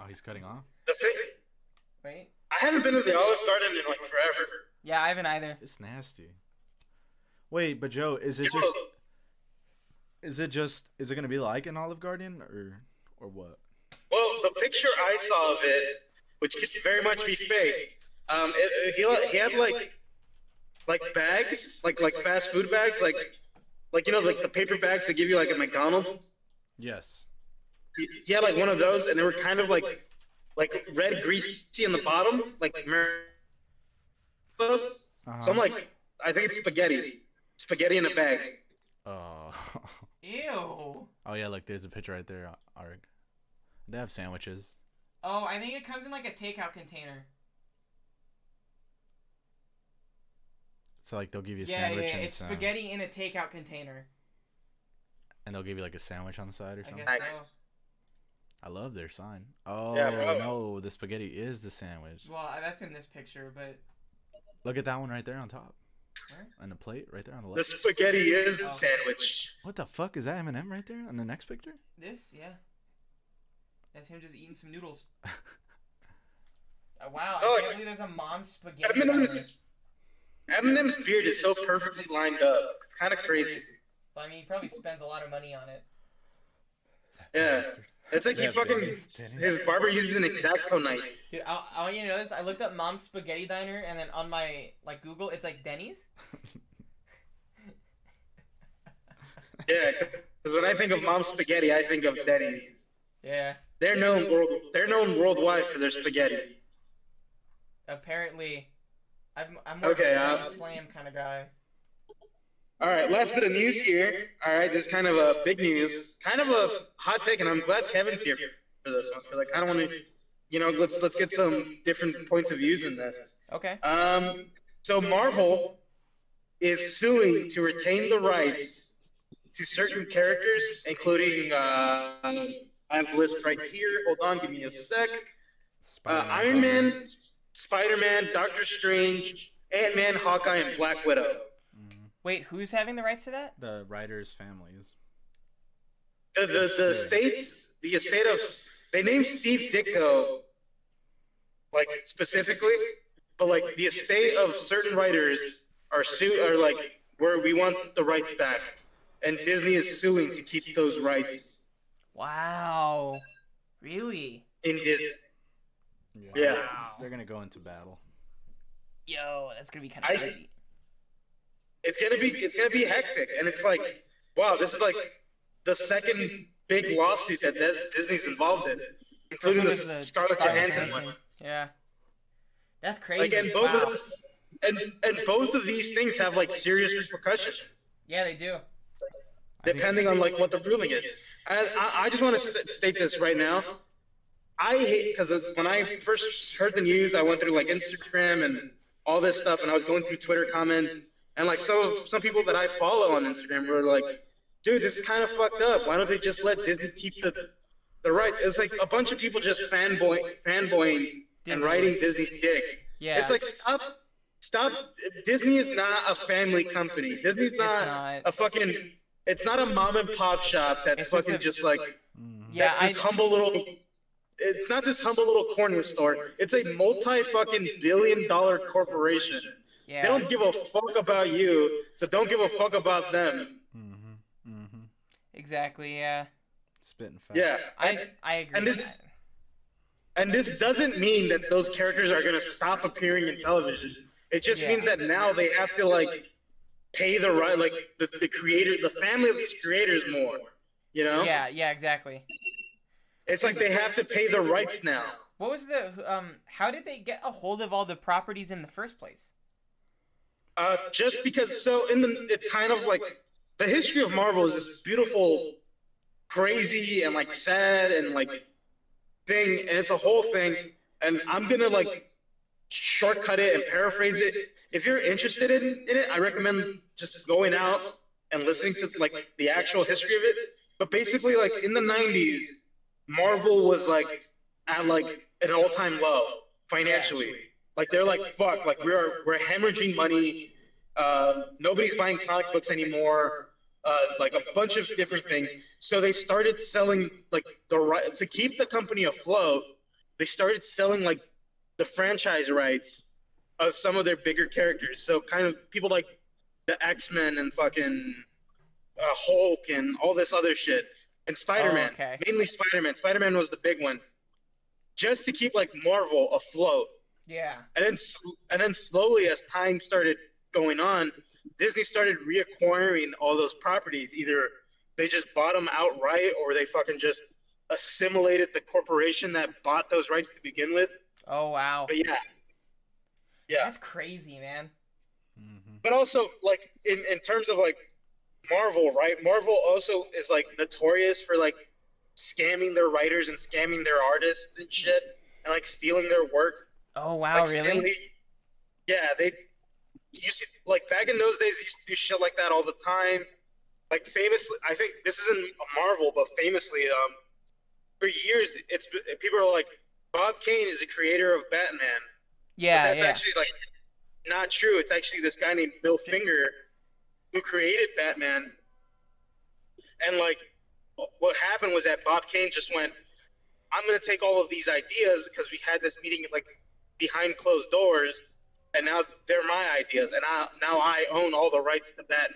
Oh, he's cutting off.
The thing.
Right?
I haven't been to the Olive Garden in like forever.
Yeah, I haven't either.
It's nasty. Wait, but Joe, is it
Yo,
just is it just is it gonna be like an Olive Garden or or what?
well, the picture I saw of it, which could very much be fake, um, it, it- he he had like like bags, like like fast food bags, like like you know like the paper bags they give you like at McDonald's.
Yes.
He had like one of those, and they were kind of like like red greasy in the bottom, like mer- those. So I'm like, I think it's spaghetti, spaghetti in a bag.
Oh.
Ew. Oh,
oh yeah, look, there's a picture right there. Arg. They have sandwiches.
Oh, I think it comes in like a takeout container.
So like they'll give you a
yeah, yeah,
sandwich
yeah.
and
It's
some-
spaghetti in a takeout container.
and they'll give you like a sandwich on the side or
I
something.
guess.
Nice.
I love their sign. Oh
bro.
no, the spaghetti is the sandwich.
Well, uh, that's in this picture, but
Look at that one right there on top.
Where?
And the plate right there on the
The
left.
spaghetti is the sandwich.
What the fuck is that M&M right there on the next picture?
this, yeah. That's him just eating some noodles. Uh, wow,
Oh,
I can't
yeah.
believe there's a mom spaghetti. diner.
Eminem's Eminem's beard is so perfectly lined up. It's kind of crazy.
But, I mean, he probably spends a lot of money on it.
Yeah, it's like he
That
fucking
thing is tiny.
his barber uses an exacto knife.
Dude, I, I want you to know this. I looked up Mom's Spaghetti Diner, and then on my like Google, it's like Denny's.
Yeah, because when I think of mom spaghetti, I think of Denny's.
Yeah.
They're known world. They're known worldwide for their spaghetti.
Apparently, I'm I'm more
Okay,
of a
uh,
slam kind of guy.
All right, last bit of news here. All right, this is kind of a big news, kind of a hot take, and I'm glad Kevin's here for this one because I kind of want to, you know, let's let's get some different points of views in this.
Okay.
Um, so Marvel is suing to retain the rights to certain characters, including uh, I have a list right here. Hold on, give me a sec. Uh, Iron Man, Spider Man, Doctor Strange, Ant Man, Hawkeye, and Black Widow.
Wait, who's having the rights to that?
Mm-hmm. The writers' families.
The the, the states, the estate of they named Steve Ditko, like specifically, but like the estate of certain writers are sued are like where we want the rights back, and Disney is suing to keep those rights.
Wow. Really?
and he just
Yeah.
yeah.
They're gonna go into battle.
Yo, that's gonna be kind
I-
of crazy.
It's gonna be it's gonna be hectic, and it's like wow, this is like the second big lawsuit that Des- Disney's involved in, including the
This one is the
Scarlett
Scarlett
Johansson
Johansson.
one.
Yeah. That's crazy.
Like, and both
Wow.
of those and and both of these things have like serious repercussions,
Yeah, they do.
I think-
depending on like what the ruling is. And I, I just want to st- state this right now. I hate because when I first heard the news, I went through like Instagram and all this stuff, and I was going through Twitter comments, and like some some people that I follow on Instagram were like, "Dude, this is kind of fucked up. Why don't they just let Disney keep the the right?" It's like a bunch of people just fanboy fanboying and
Disney.
writing Disney's dick.
Yeah.
It's like stop, stop. Disney is not a family company. Disney's
it's
not,
not.
a fucking. It's not a mom and pop shop that's
It's just
fucking
a-
just like
Mhm.
Yeah,
that's
I.
this humble little. It's not this humble little corner store. It's a multi fucking billion dollar corporation. They
Yeah.
don't give a fuck about you, so don't give a fuck about them.
Mhm. Mhm.
Exactly. Yeah.
Spitting facts.
Yeah.
I I agree.
and
with
this-
that.
And this doesn't mean that those characters are going to stop appearing in television. It just
Yeah.
means that now they have to like pay the right, like the, the creator, the family of these creators more. You know?
Yeah. Yeah. Exactly.
It's like they have to pay the rights now.
What was the um? How did they get a hold of all the properties in the first place?
Uh, just because, so in the, it's kind of like the history of Marvel is this beautiful, crazy and like sad and like thing, and it's a whole thing. And I'm gonna like shortcut it and paraphrase it. If you're interested in, in it, I recommend just going out and listening to like the actual history of it. But basically, like in the '90s, Marvel was like at like an all-time low financially. Like they're like, fuck, like we are we're hemorrhaging money. Uh, nobody's buying comic books anymore. Uh, like a bunch of different things. So they started selling like the right to keep the company afloat. They started selling like the franchise rights of some of their bigger characters. So kind of people like the X Men and fucking uh, Hulk and all this other shit and Spider Man.
okay.
Mainly Spider Man. Spider Man was the big one, just to keep like Marvel afloat.
Yeah.
And then sl- and then slowly, as time started going on, Disney started reacquiring all those properties. Either they just bought them outright, or they fucking just assimilated the corporation that bought those rights to begin with.
Oh wow.
But yeah, yeah.
That's crazy, man.
Mhm.
but also like in, in terms of like marvel right marvel also is like notorious for like scamming their writers and scamming their artists and shit and like stealing their work
Oh wow,
like,
really?
Stan Lee- yeah they used to like back in those days they used to do shit like that all the time like famously i think this isn't marvel but famously um for years it's people are like bob kane is the creator of batman but
yeah,
that's
yeah.
actually like not true. It's actually this guy named Bill Finger who created Batman. And like what happened was that Bob Kane just went, I'm gonna take all of these ideas because we had this meeting like behind closed doors, and now they're my ideas, and I now I own all the rights to Batman,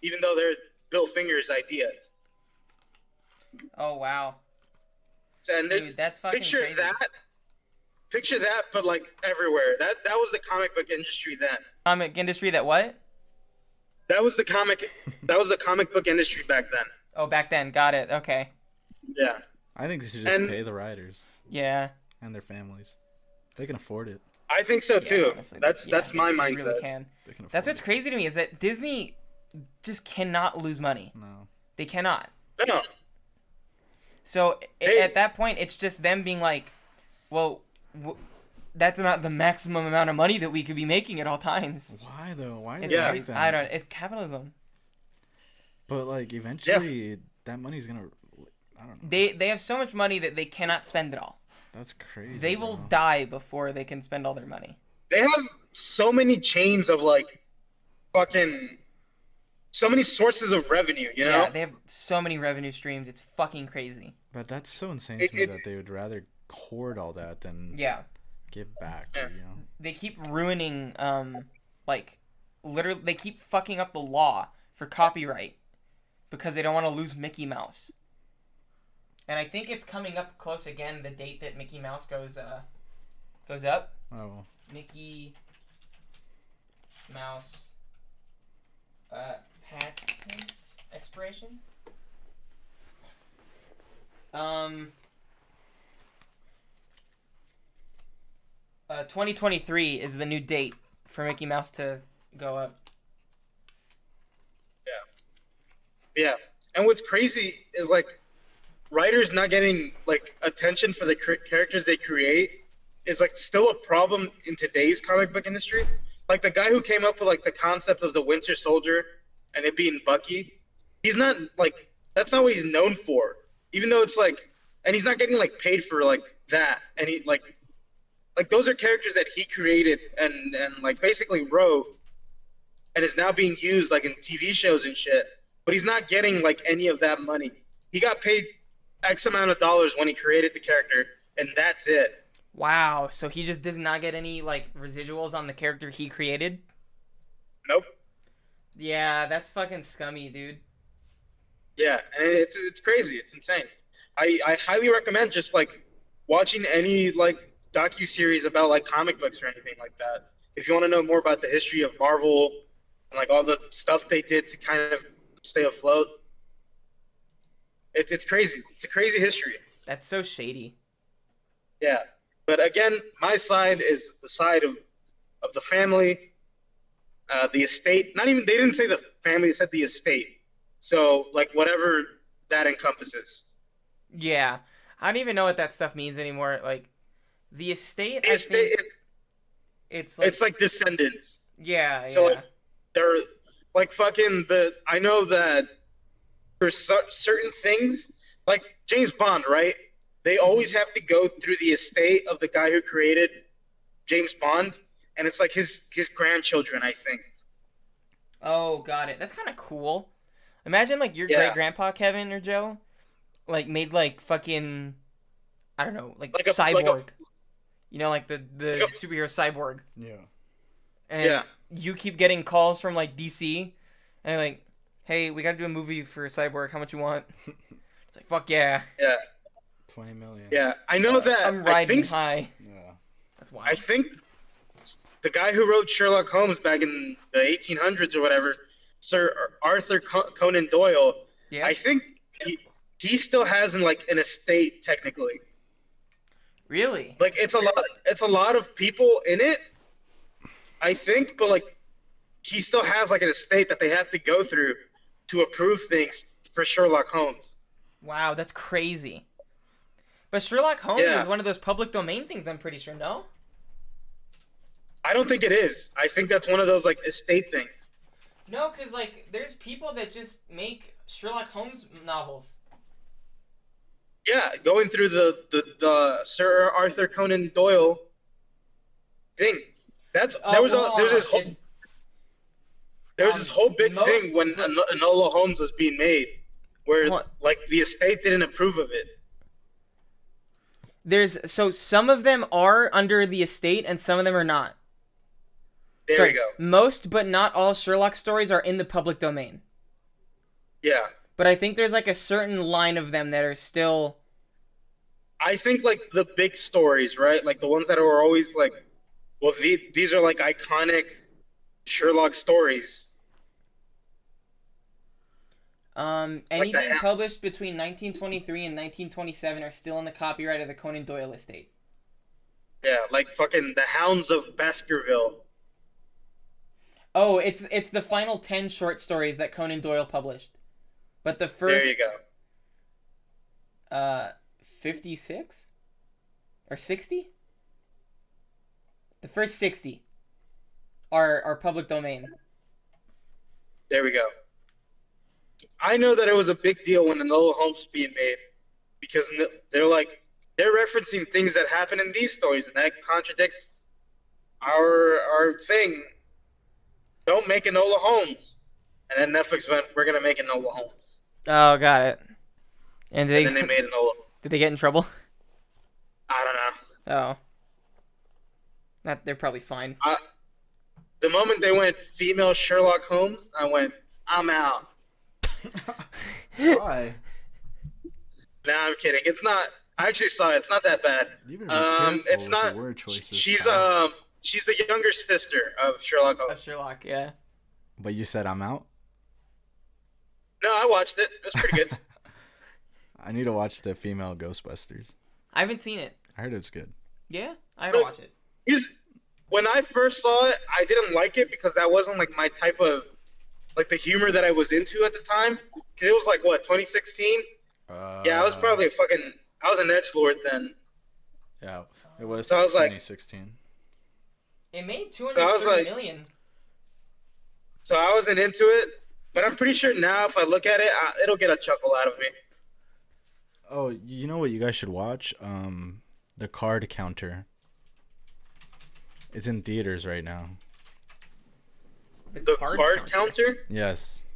even though they're Bill Finger's ideas.
Oh wow,
So, and they're-
dude, that's fucking
picture
crazy.
that, picture that, but like everywhere. That that was the comic book industry then.
Comic industry that what?
That was the comic. That was the comic book industry back then.
Oh, back then, got it. Okay,
Yeah.
I think they should just
And-
pay the writers
yeah.
and their families. They can afford it.
I think so
Yeah,
too.
honestly,
that's
yeah,
that's my
they
mindset.
Really can.
They can afford
That's what's
it.
crazy to me is that Disney just cannot lose money.
No.
They cannot.
No,
So i
Hey.
at that point, it's just them being like, well, w- that's not the maximum amount of money that we could be making at all times.
Why though? Why do
It's
they
Yeah.
yeah,
like that?
I don't. It's capitalism.
But like eventually that money's gonna I don't know.
They they have so much money that they cannot spend it all.
That's crazy.
They will
bro.
die before they can spend all their money.
they have so many chains of like, fucking, so many sources of revenue. You know.
Yeah, they have so many revenue streams. It's fucking crazy.
But that's so insane
It-
to me
it-
that they would rather hoard all that than
Yeah,
give back.
Yeah.
You know.
they keep ruining um like literally they keep fucking up the law for copyright because they don't want to lose Mickey Mouse. And I think it's coming up close again. The date that Mickey Mouse goes uh goes up.
Oh, well.
Mickey Mouse uh, patent expiration. Um, uh, 2023 is the new date for Mickey Mouse to go up.
Yeah. And what's crazy is like writers not getting like attention for the cr- characters they create is like still a problem in today's comic book industry. Like the guy who came up with like the concept of the Winter Soldier and it being Bucky, he's not like that's not what he's known for. Even though it's like and he's not getting like paid for like that and he like like those are characters that he created and and like basically wrote and is now being used like in TV shows and shit but he's not getting like any of that money. He got paid X amount of dollars when he created the character, and that's it.
Wow, so he just does not get any like residuals on the character he created?
Nope.
Yeah, that's fucking scummy, dude.
Yeah, and it's it's crazy. It's insane. I I highly recommend just like watching any like docu series about like comic books or anything like that. If you want to know more about the history of Marvel and like all the stuff they did to kind of stay afloat, it, it's crazy. It's a crazy history.
That's so shady.
Yeah. But again, my side is the side of, of the family, uh, the estate. Not even, they didn't say the family, they said the estate. So, like, whatever that encompasses.
Yeah, I don't even know what that stuff means anymore. Like, the estate.
The
I think
estate, it-
it's like
it's like descendants.
yeah,
So,
yeah.
like, they're like fucking the. I know that for cer- certain things, like James Bond, right? They always have to go through the estate of the guy who created James Bond, and it's like his his grandchildren, I think.
Oh, got it. That's kind of cool. Imagine like your
Yeah.
great grandpa Kevin or Joe, like made like fucking, I don't know, like,
Like a- like
cyborg.
a-
you know, like the the
Like a-
superhero cyborg.
yeah.
And
Yeah.
you keep getting calls from like DC, and they're like, "Hey, we got to do a movie for cyborg. How much you want?" it's like, "Fuck yeah,
Yeah,
20 million.
yeah. I know that.
Uh, I'm
I
riding
think,
high."
Yeah.
That's wild.
I think the guy who wrote Sherlock Holmes back in the 1800s or whatever, Sir Arthur Co- Conan Doyle.
yeah.
I think he he still has an, like an estate technically.
really?
Like it's a lot. It's a lot of people in it. I think, but like he still has like an estate that they have to go through to approve things for Sherlock Holmes.
Wow, that's crazy. But Sherlock Holmes
Yeah.
is one of those public domain things. I'm pretty sure. No.
I don't think it is. I think that's one of those like estate things.
No, because like there's people that just make Sherlock Holmes novels.
Yeah, going through the the, the Sir Arthur Conan Doyle thing. That's
Uh,
there was
well,
a, there was
uh,
this whole
it's-
there was this whole big
um, most-
thing when An- Enola Holmes was being made, where
What?
like the estate didn't approve of it.
There's so some of them are under the estate and some of them are not.
There
Sorry,
you go.
Most but not all Sherlock stories are in the public domain.
Yeah.
But I think there's like a certain line of them that are still
I think like the big stories, right? Like the ones that are always like, well, the, these are like iconic Sherlock stories.
um
Like the
anything
hell-
published between 1923 and 1927 are still in the copyright of the Conan Doyle estate.
Yeah, like fucking the Hounds of Baskerville.
Oh, it's it's the final 10 short stories that Conan Doyle published. But the first
There you go.
Uh, 56 or 60 the first 60 are are public domain
There we go. I know that it was a big deal when Enola Holmes was being made because n- they're like they're referencing things that happen in these stories, and that contradicts our our thing. Don't make Enola Holmes, and then Netflix went, "We're gonna make Enola Holmes,"
oh got it and they,
and then they made Enola.
did they get in trouble
I don't know.
oh that they're probably fine
The moment they went female Sherlock Holmes, I went, I'm out.
Why?
No, I'm kidding. It's not. I actually saw it. It's not that bad.
You better be
Um,
careful
it's
with
not-
The word choices.
She's
pal.
um she's the younger sister of Sherlock
Of
Holmes.
Oh, Sherlock, yeah.
But you said I'm out.
No, I watched it. It was pretty good.
I need to watch the female Ghostbusters.
I haven't seen it.
I heard it's good.
Yeah, I haven't watched it.
Here's- when I first saw it, I didn't like it because that wasn't like my type of like the humor that I was into at the time. 'Cause it was like what 2016.
Uh,
yeah, I was probably a fucking I was an edge lord then.
Yeah, it was.
So I was like-
2016.
It made two
I
hundred
was
thirty million.
like- so I wasn't into it. But I'm pretty sure now, if I look at it, I, it'll get a chuckle out of me.
Oh, you know what you guys should watch? Um, the Card Counter. It's in theaters right now.
The card, counter.
Yes,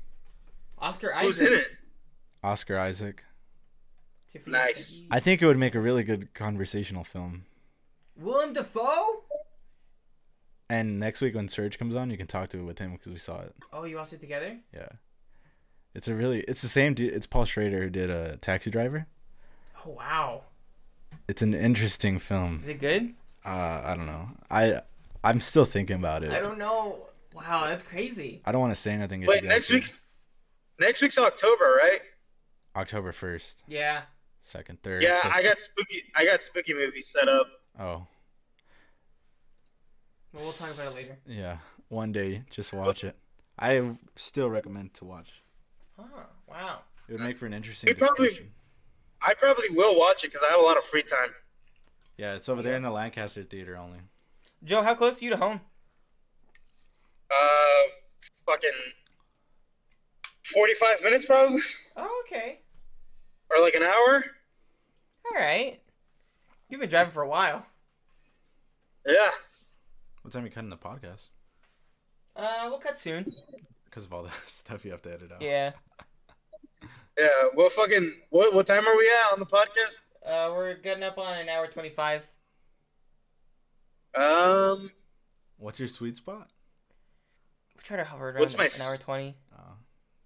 Oscar
Who's
Isaac.
in it?
Oscar Isaac.
Tiffany
Nice.
Haddish.
I think it would make a really good conversational film.
Willem Dafoe?
And next week when Surge comes on, you can talk to it with him because we saw it.
Oh, you watched it together?
Yeah, it's a really. It's the same dude. It's Paul Schrader who did a Taxi Driver.
Oh wow.
It's an interesting film.
Is it good?
Uh, I don't know. I I'm still thinking about it.
I don't know. Wow, that's crazy.
I don't want to say anything. if
Wait,
you guys
next
do.
week's next week's October, right?
October first,
Yeah.
second, third.
Yeah,
fifth-
I got spooky. I got spooky movies set up.
Oh,
Well, we'll talk about it later.
yeah. One day, just watch it. I still recommend to watch.
Huh. Wow.
It would make for an interesting
We probably-
discussion.
I probably will watch it because I have a lot of free time.
Yeah, it's over there in the Lancaster Theater only.
Joe, how close are you to home?
Uh, fucking forty-five minutes probably,
Oh, okay.
or like an hour.
All right. You've been driving for a while.
Yeah.
What time you cutting the podcast?
Uh, we'll cut soon.
Because of all the stuff you have to edit out.
Yeah.
Yeah, what fucking what what time are we at on the podcast?
Uh, we're getting up on an hour twenty-five.
Um,
What's your sweet spot?
We try to hover around
What's my
an hour
s-
twenty.
Uh,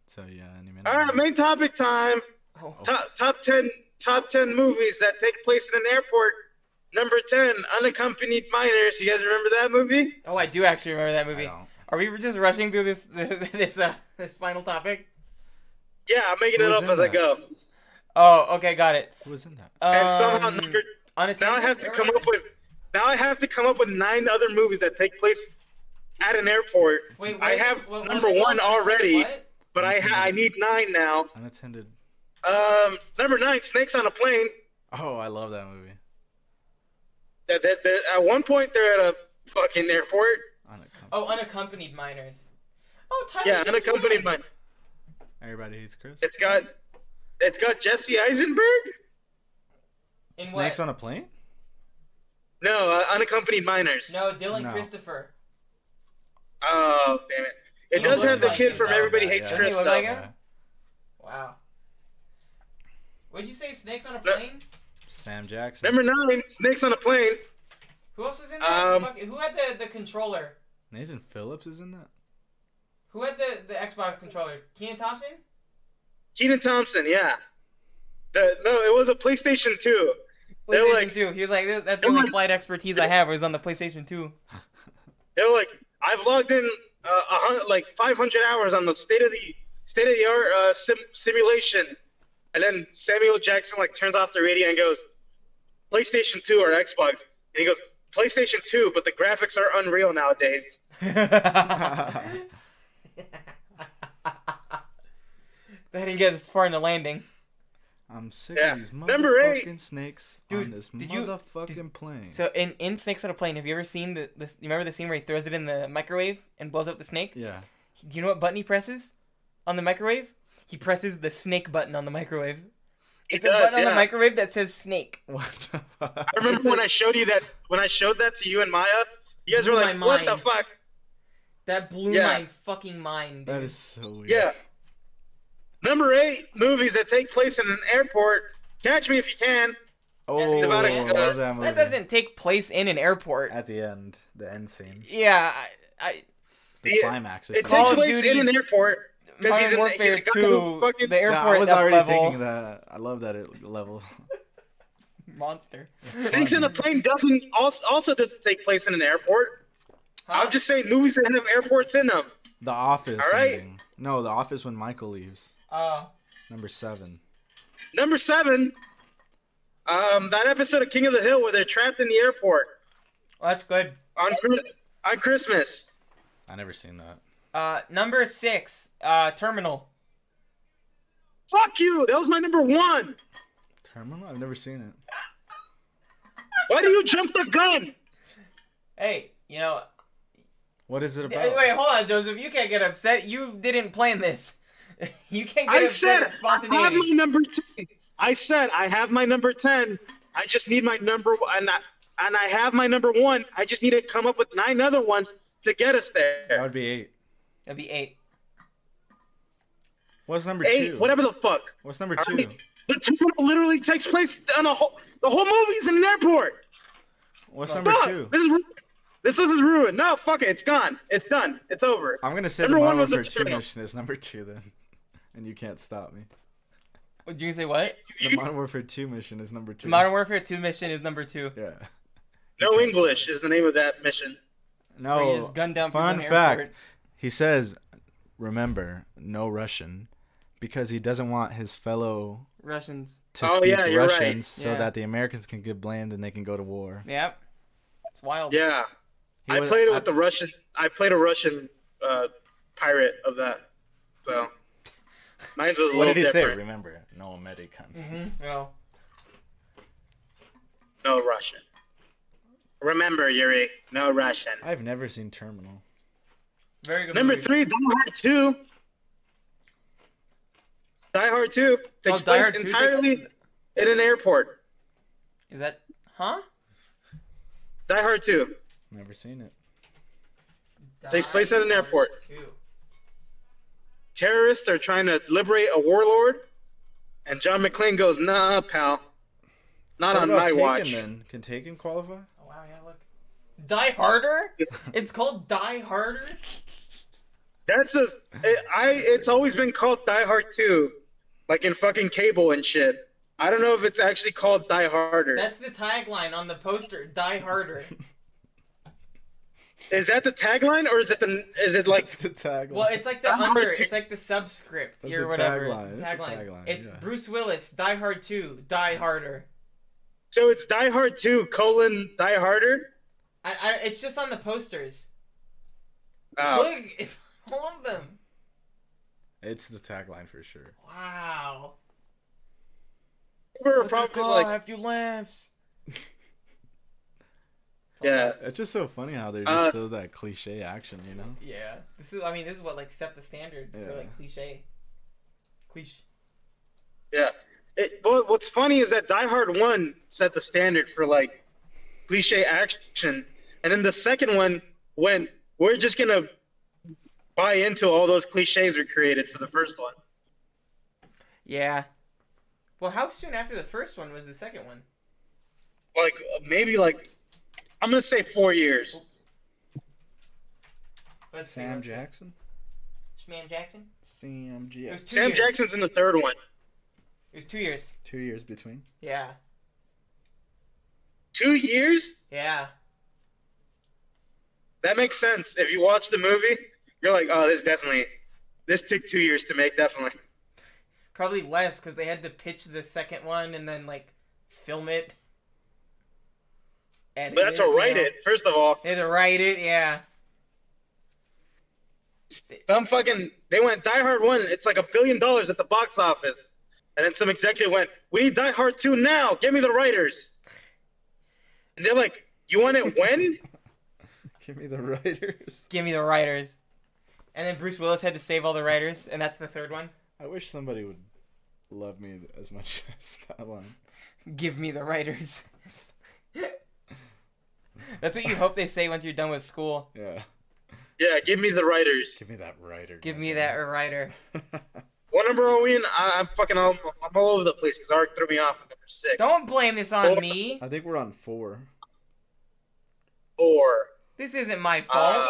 so yeah, any minute.
all right, main topic time.
Oh.
Top top ten top ten movies that take place in an airport. Number ten, unaccompanied minors. You guys remember that movie?
Oh, I do actually remember that
I
movie.
don't.
Are we just rushing through this this uh this final topic?
Yeah, I'm making
Who
it
was
up
in
as I
that?
go.
Oh, okay, got it.
Who was in that?
Um,
And somehow number
unattended?
now I have to come up with now I have to come up with nine other movies that take place at an airport.
Wait,
I
what-
have
what- what-
number
what-
one already,
What?
but I ha- I need nine now.
Unattended.
Um, number nine, Snakes on a Plane.
Oh, I love that movie.
That that that at one point they're at a fucking airport.
Unaccompanied.
Oh, unaccompanied minors. Oh, Tyler.
Yeah,
James Williams.
unaccompanied minor.
Everybody hates Chris.
It's got it's got Jesse Eisenberg.
In
Snakes
what?
on a plane?
No, uh, unaccompanied minors.
No, Dylan
No.
Christopher.
Oh damn it! It
He
does
looks
have the
like
kid
him,
from
though.
Everybody
Yeah,
Hates
yeah.
Doesn't he
Chris.
look
though.
like him?
Yeah.
Wow. Would you say snakes on a plane?
Sam Jackson.
Number nine, Snakes on a Plane.
Who else was in that?
Um,
Fuck- who had the, the controller?
Nathan Phillips is in that.
Who had the, the Xbox controller? Keenan Thompson?
Keenan Thompson. Yeah. The, no, it was a PlayStation Two. They're
PlayStation
like-
2. He was like, that's the
They're
only
like-
flight expertise I have was on the PlayStation 2.
They were like, I've logged in uh, a hun- like 500 hours on the state of the state of the art uh, sim- simulation, and then Samuel Jackson like turns off the radio and goes, PlayStation 2 or Xbox, and he goes, PlayStation 2, but the graphics are unreal nowadays.
that didn't get this far in the landing.
I'm sick
Yeah.
of these
Number eight.
motherfucking snakes
Dude,
on this
did you-
motherfucking plane.
So in, in Snakes on a Plane, have you ever seen the, the you remember the scene where he throws it in the microwave and blows up the snake?
yeah.
Do you know what button he presses on the microwave? He presses the snake button on the microwave.
He
it's a
does,
button on
yeah.
the microwave that says snake.
What the fuck?
I remember
It's a-
when I showed you that when I showed that to you and Maya, you guys were
Blew
like,
my
"What the
mind.
fuck?"
That blew
Yeah.
my fucking mind.
That
Dude.
is so weird.
Yeah. Number eight movies that take place in an airport. Catch me if you can.
Oh,
It's
about a- uh,
I love that movie.
that doesn't take place in an airport.
At the end, the end scene,
yeah, I, I
the
Yeah.
climax. if
It
you
Call
takes
of
will.
place
Duty.
in an airport. Because he's
Modern
in the- he's
Warfare
the guy who
Two,
fucking-
the
Yeah,
airport
I was
up
already
level
thinking that. I love that it- level.
monster.
Things in a plane doesn't also, also doesn't take place in an airport.
Huh?
I'm just saying movies that have airports in them.
The Office.
All right.
ending. No, The Office when Michael leaves.
Uh,
Number seven.
Number seven, um, that episode of King of the Hill where they're trapped in the airport
well, that's good.
on Chri- on Christmas.
I never seen that.
Uh, number six, uh, Terminal.
Fuck you! That was my number one.
Terminal? I've never seen it.
Why do you jump the gun?
Hey, you know,
What is it about?
Hey, Wait, hold on, Joseph. You can't get upset. You didn't plan this. You can't get
I
upset at
said I have my
spontaneity.
number ten. I said I have my number ten. I just need my number and I, and I have my number one. I just need to come up with nine other ones to get us
that
there.
would be eight.
That'd be eight.
What's number
Eight,
two?
whatever the fuck.
What's number
I
two?
mean- The terminal literally takes place on a whole. The whole movie's in an airport.
What's
No.
number
Fuck!
two?
This is ru- this this is ruined. No, fuck it. It's gone. It's done. It's over.
I'm gonna say
Number
the
one
model
was
for
the
two
terminal.
mission is number two then, and you can't stop me.
Would you say what?
The Modern Warfare Two mission is number two.
Modern Warfare 2 mission is number two.
Yeah.
No English is the name of that mission.
Where you
No.
just gun down people
Oh, Fun
in the
fact:
airport.
He says, "Remember, no Russian," because he doesn't want his fellow
Russians.
to
Oh,
speak
yeah, you're right.
Russian, so
Yeah.
that the Americans can get blamed and they can go to war.
Yep. It's wild.
Yeah,
He
I
was-
played it
I-
with the Russian. I played a Russian uh, pirate of that. So mine was a
What
little
did he say?
different.
Remember, no American.
hmm No.
No Russian. Remember, Yuri. No Russian.
I've never seen Terminal.
Very good.
Number
movie.
three, Die Hard Two. Die Hard Two takes
Oh, Die
place
Hard 2 takes-
entirely in an airport.
Is that. Huh?
Die Hard Two.
Never seen it.
Takes place at an
Die
airport.
Hard 2.
terrorists are trying to liberate a warlord, and John McClane goes, "Nah, pal, not
What
on
about
my
Taken,
watch."
Then can Taken qualify?
Oh, wow, yeah, look. Die Harder?
Yes.
it's called Die Harder?
That's a, it, I. It's always been called Die Hard Two, like in fucking cable and shit. I don't know if it's actually called Die Harder.
That's the tagline on the poster Die Harder.
is that the tagline, or is it the? Is it like?
That's the tagline.
Well, it's like the
I'm
under,
hurt.
it's like the subscript
That's
or
a
whatever.
tagline. That's a tagline,
It's
yeah.
Bruce Willis, Die Hard 2, Die Harder.
So it's Die Hard Two colon Die Harder.
I, I, it's just on the posters.
Oh,
Look, it's all of them.
It's the tagline for sure.
Wow.
we were probably like,
a few laughs.
yeah.
It's just so funny how they're just
Uh,
so that cliche action, you know?
Yeah. This is, I mean, this is what like set the standard for
Yeah.
like cliche. Cliche.
Yeah. It, but what's funny is that Die Hard 1 set the standard for like cliche action. And then the second one went, we're just going to buy into all those cliches we created for the first one.
Yeah. Well, how soon after the first one was the second one?
Like maybe like, I'm going to say four years.
Let's see,
Sam
let's see.
Jackson?
Shmam Jackson?
Sam
It was
Jackson.
two
Sam
years.
Jackson's in the third one.
It was two years.
Two years between.
Yeah.
Two years?
Yeah.
That makes sense. If you watch the movie, you're like, oh, this definitely, this took two years to make, definitely.
Probably less because they had to pitch the second one and then like film it. And
But that's a write it, first of all.
They had to write it. Yeah.
Some fucking they went Die Hard one. It's like a billion dollars at the box office, and then some executive went, "We need Die Hard two now. Give me the writers." And they're like, "You want it when?"
Give me the writers.
Give me the writers. And then Bruce Willis had to save all the writers, and that's the third one.
I wish somebody would love me as much as that line.
Give me the writers. that's what you hope they say once you're done with school.
Yeah.
yeah, give me the writers.
Give me that writer.
Give me that writer.
What number are we in? I, I'm fucking all, I'm all over the place because Ark threw me off at number 6
Don't blame this on me.
I think we're on four.
Four.
This isn't my fault.
Uh,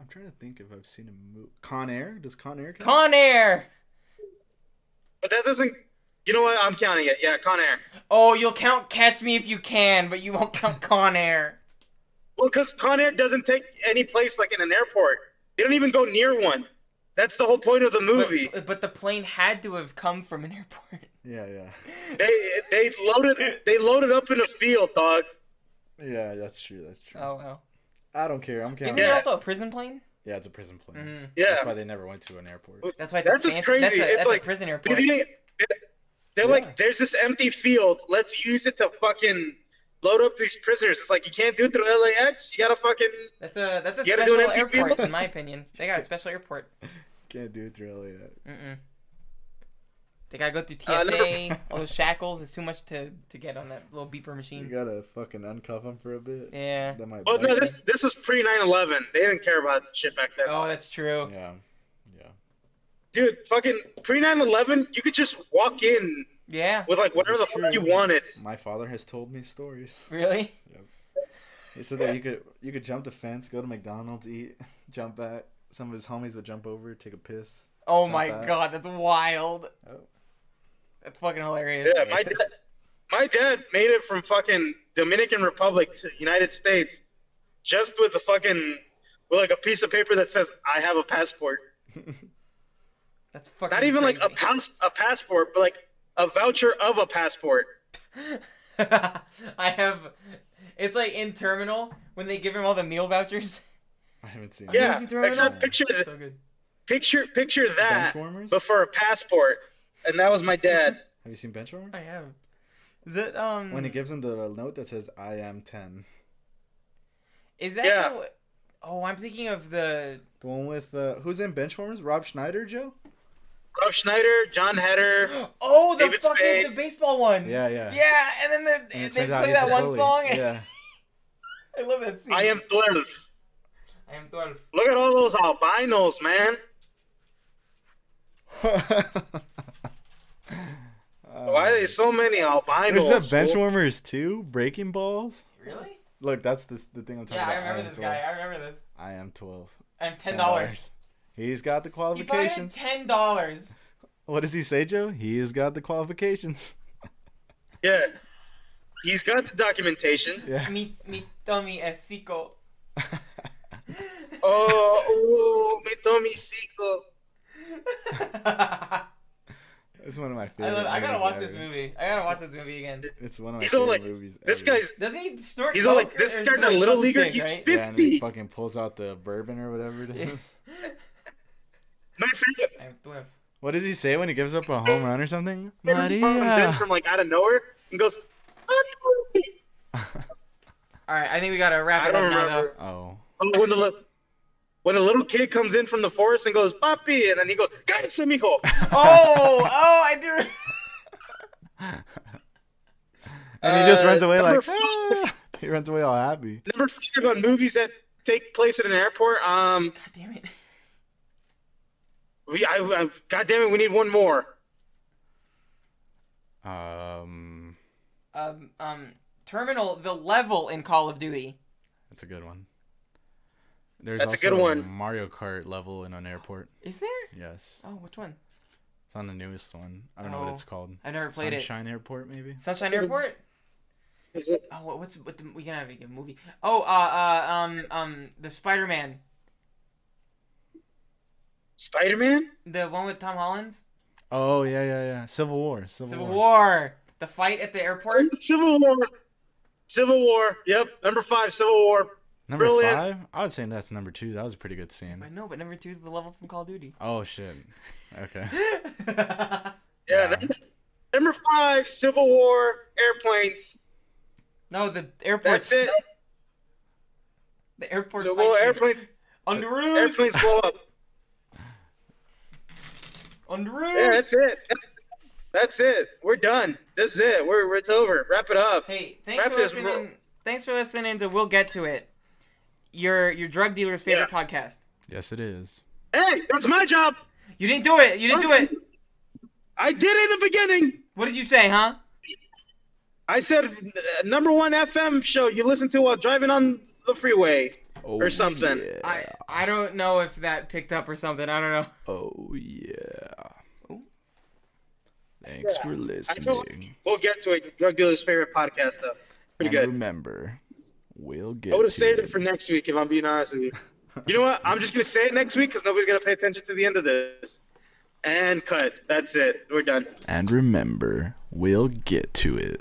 I'm trying to think if I've seen a movie. Con Air? Does Con Air count?
Con Air.
But that doesn't. You know what? I'm counting it. Yeah, Con Air.
Oh, you'll count Catch Me if you can, but you won't count Con Air.
Well, because Con Air doesn't take any place like in an airport. They don't even go near one. That's the whole point of the
But-
movie.
But, the plane had to have come from an airport.
yeah, yeah.
They they loaded they loaded up in a field, dog.
Yeah, that's true. That's true.
Oh well.
I don't care. I'm counting.
Isn't
Yeah,
it
Yeah.
also a prison plane?
it's a prison plane.
hmm
Yeah,
That's why they never went to an airport.
That's why it's
That's
a
what's
fancy.
crazy.
That's, a,
It's
that's
like-
a prison
They
airport.
didn't- they're
Yeah.
like, there's this empty field. Let's use it to fucking load up these prisoners. It's like you can't do it through LAX. You gotta fucking
That's a that's a
You gotta do
special
an MVP.
airport, in my opinion. They got a special airport.
Can't do it through LAX.
Mm-mm. They gotta go through TSA.
Uh, never-
All those shackles. It's too much to to get on that little beeper
You
machine.
gotta fucking uncuff them for a bit.
Mm. Yeah.
That might.
Well,
bite
no,
you.
this this was pre 9/11. They didn't care about shit back then.
Oh, that's true.
Yeah, yeah.
Dude, fucking pre 9/11, you could just walk in
Yeah.
with like whatever
is
the fuck you
true.
wanted.
My father has told me stories.
Really?
He said that you could you could jump the fence, go to McDonald's, eat, jump back. Some of his homies would jump over, take a piss.
Oh
Jump
my
out.
god, that's wild.
Oh.
That's fucking hilarious.
Yeah, my dad, my dad made it from fucking Dominican Republic to the United States just with the fucking with like a piece of paper that says I have a passport.
That's fucking.
Not even like a
crazy.
pass a passport, but like a voucher of a passport.
I have. It's like in terminal when they give him all the meal vouchers.
I haven't seen.
you
Yeah,
seen Toronto?
except picture
It's so good.
picture picture that,
Benchwarmers?
but for a passport, and that was my dad.
Have you seen Benchwarmers?
I have. Is it um?
When he gives him the note that says "I am 10.
is that
Yeah.
the? Oh, I'm thinking of the.
the one with uh, who's in Benchwarmers? Rob Schneider, Joe?
Mm.
Rob Schneider, John Heder.
Oh, the
David
fucking
Spade.
the baseball one.
Yeah, yeah.
Yeah, and then the,
And it
they
turns out
play
he's
that one
Billy.
song. and-
Yeah,
I love that scene.
I am thrilled.
I am twelve.
Look at all those albinos, man. Why are there so many albinos?
Oh, There's a
fool?
Benchwarmers too. Breaking balls.
Really?
Look, that's the the thing I'm talking
Yeah,
about.
I remember
am
this guy.
12.
I remember this.
I am twelve.
I'm ten dollars.
He's got the
He bought it at
qualifications.
ten dollars.
What does he say, Joe? He's got the qualifications.
Yeah. He's got the documentation.
Yeah.
Mi mi tummy es seco.
Oh, oh, mi Tommy Seco.
I
It's one of my favorite.
love. I gotta
movies
watch this
ever.
movie. I gotta watch this movie again.
It's one of my
He's all
favorite
like,
movies.
This
ever.
guy's
Doesn't he snort?
he's all
coke
like, this
or- or
guy's a
snort
little
shots
leaguer.
of
He's
cig,
Yeah, and he
50.
fucking pulls out the bourbon or whatever it is.
My friends,
right? I'm twelve.
What does he say when he gives up a home run or something?
comes in
Maria.
from like out of nowhere and goes, "Ah, Tommy."
All right, I think we gotta wrap
I
it up
don't
now, though.
remember.
Oh.
Oh, When the, li- when the little kid comes in from the forest and goes, Papi, and then he goes, Cállese, mijo.
Oh, oh, I do. re-
And he just
Uh,
runs away
number
like.
five.
"Ah." He runs away all happy.
Number five on movies that take place at an airport. Um,
God damn it.
we, I, I, God damn it, we need one more.
Um,
Um, um, terminal the level in Call of Duty.
that's a good one. There's
That's a
also
good one.
Mario Kart level in an airport.
Is there?
Yes,
Oh, which one?
it's on the newest one. I don't know what
Oh.
it's called.
I've never played it.
Sunshine Airport, maybe.
Sunshine
Sure.
Airport.
Is it-
Oh, what, what's what the, we gotta have a good movie. Oh, uh, uh, um, um, the Spider Man,
Spider-Man?
the one with Tom Hollins.
Oh yeah, yeah, yeah. Civil War. Civil,
Civil
War.
War. The fight at the airport.
Civil War. Civil War. Yep. Number five, Civil War.
Number
Brilliant.
five. I would say that's number two. That was a pretty good scene.
I know, but number two is the level from Call of Duty.
Oh shit. Okay.
Yeah.
Yeah.
Number, number five, Civil War, airplanes.
no, the airport's
That's it.
The airport.
The
The
well,
airplane.
airplanes,
Under roof.
airplanes blow up.
Under roof.
Yeah, that's it. That's, that's it. We're done. This is it. We're it's over. Wrap it up.
Hey, thanks
Wrap
for
this
listening.
ro-
Thanks for listening to We'll Get to It. Your your drug dealer's favorite podcast.
yes, it is.
Hey, that's my job.
You didn't do it. You didn't do it.
I did it in the beginning.
What did you say, huh?
I said uh, number one FM show you listen to while driving on the freeway.
Oh,
Or something.
yeah.
I I don't know if that picked up or something. I don't know.
Oh yeah. Oh. Thanks for listening.
We'll get to it. Drug dealer's favorite podcast, though. Pretty
And
good.
Remember, we'll get.
I would have
to
saved it for next week, if I'm being honest with you. You know what? I'm just gonna say it next week because nobody's gonna pay attention to the end of this. And cut. That's it. We're done.
And remember, we'll get to it.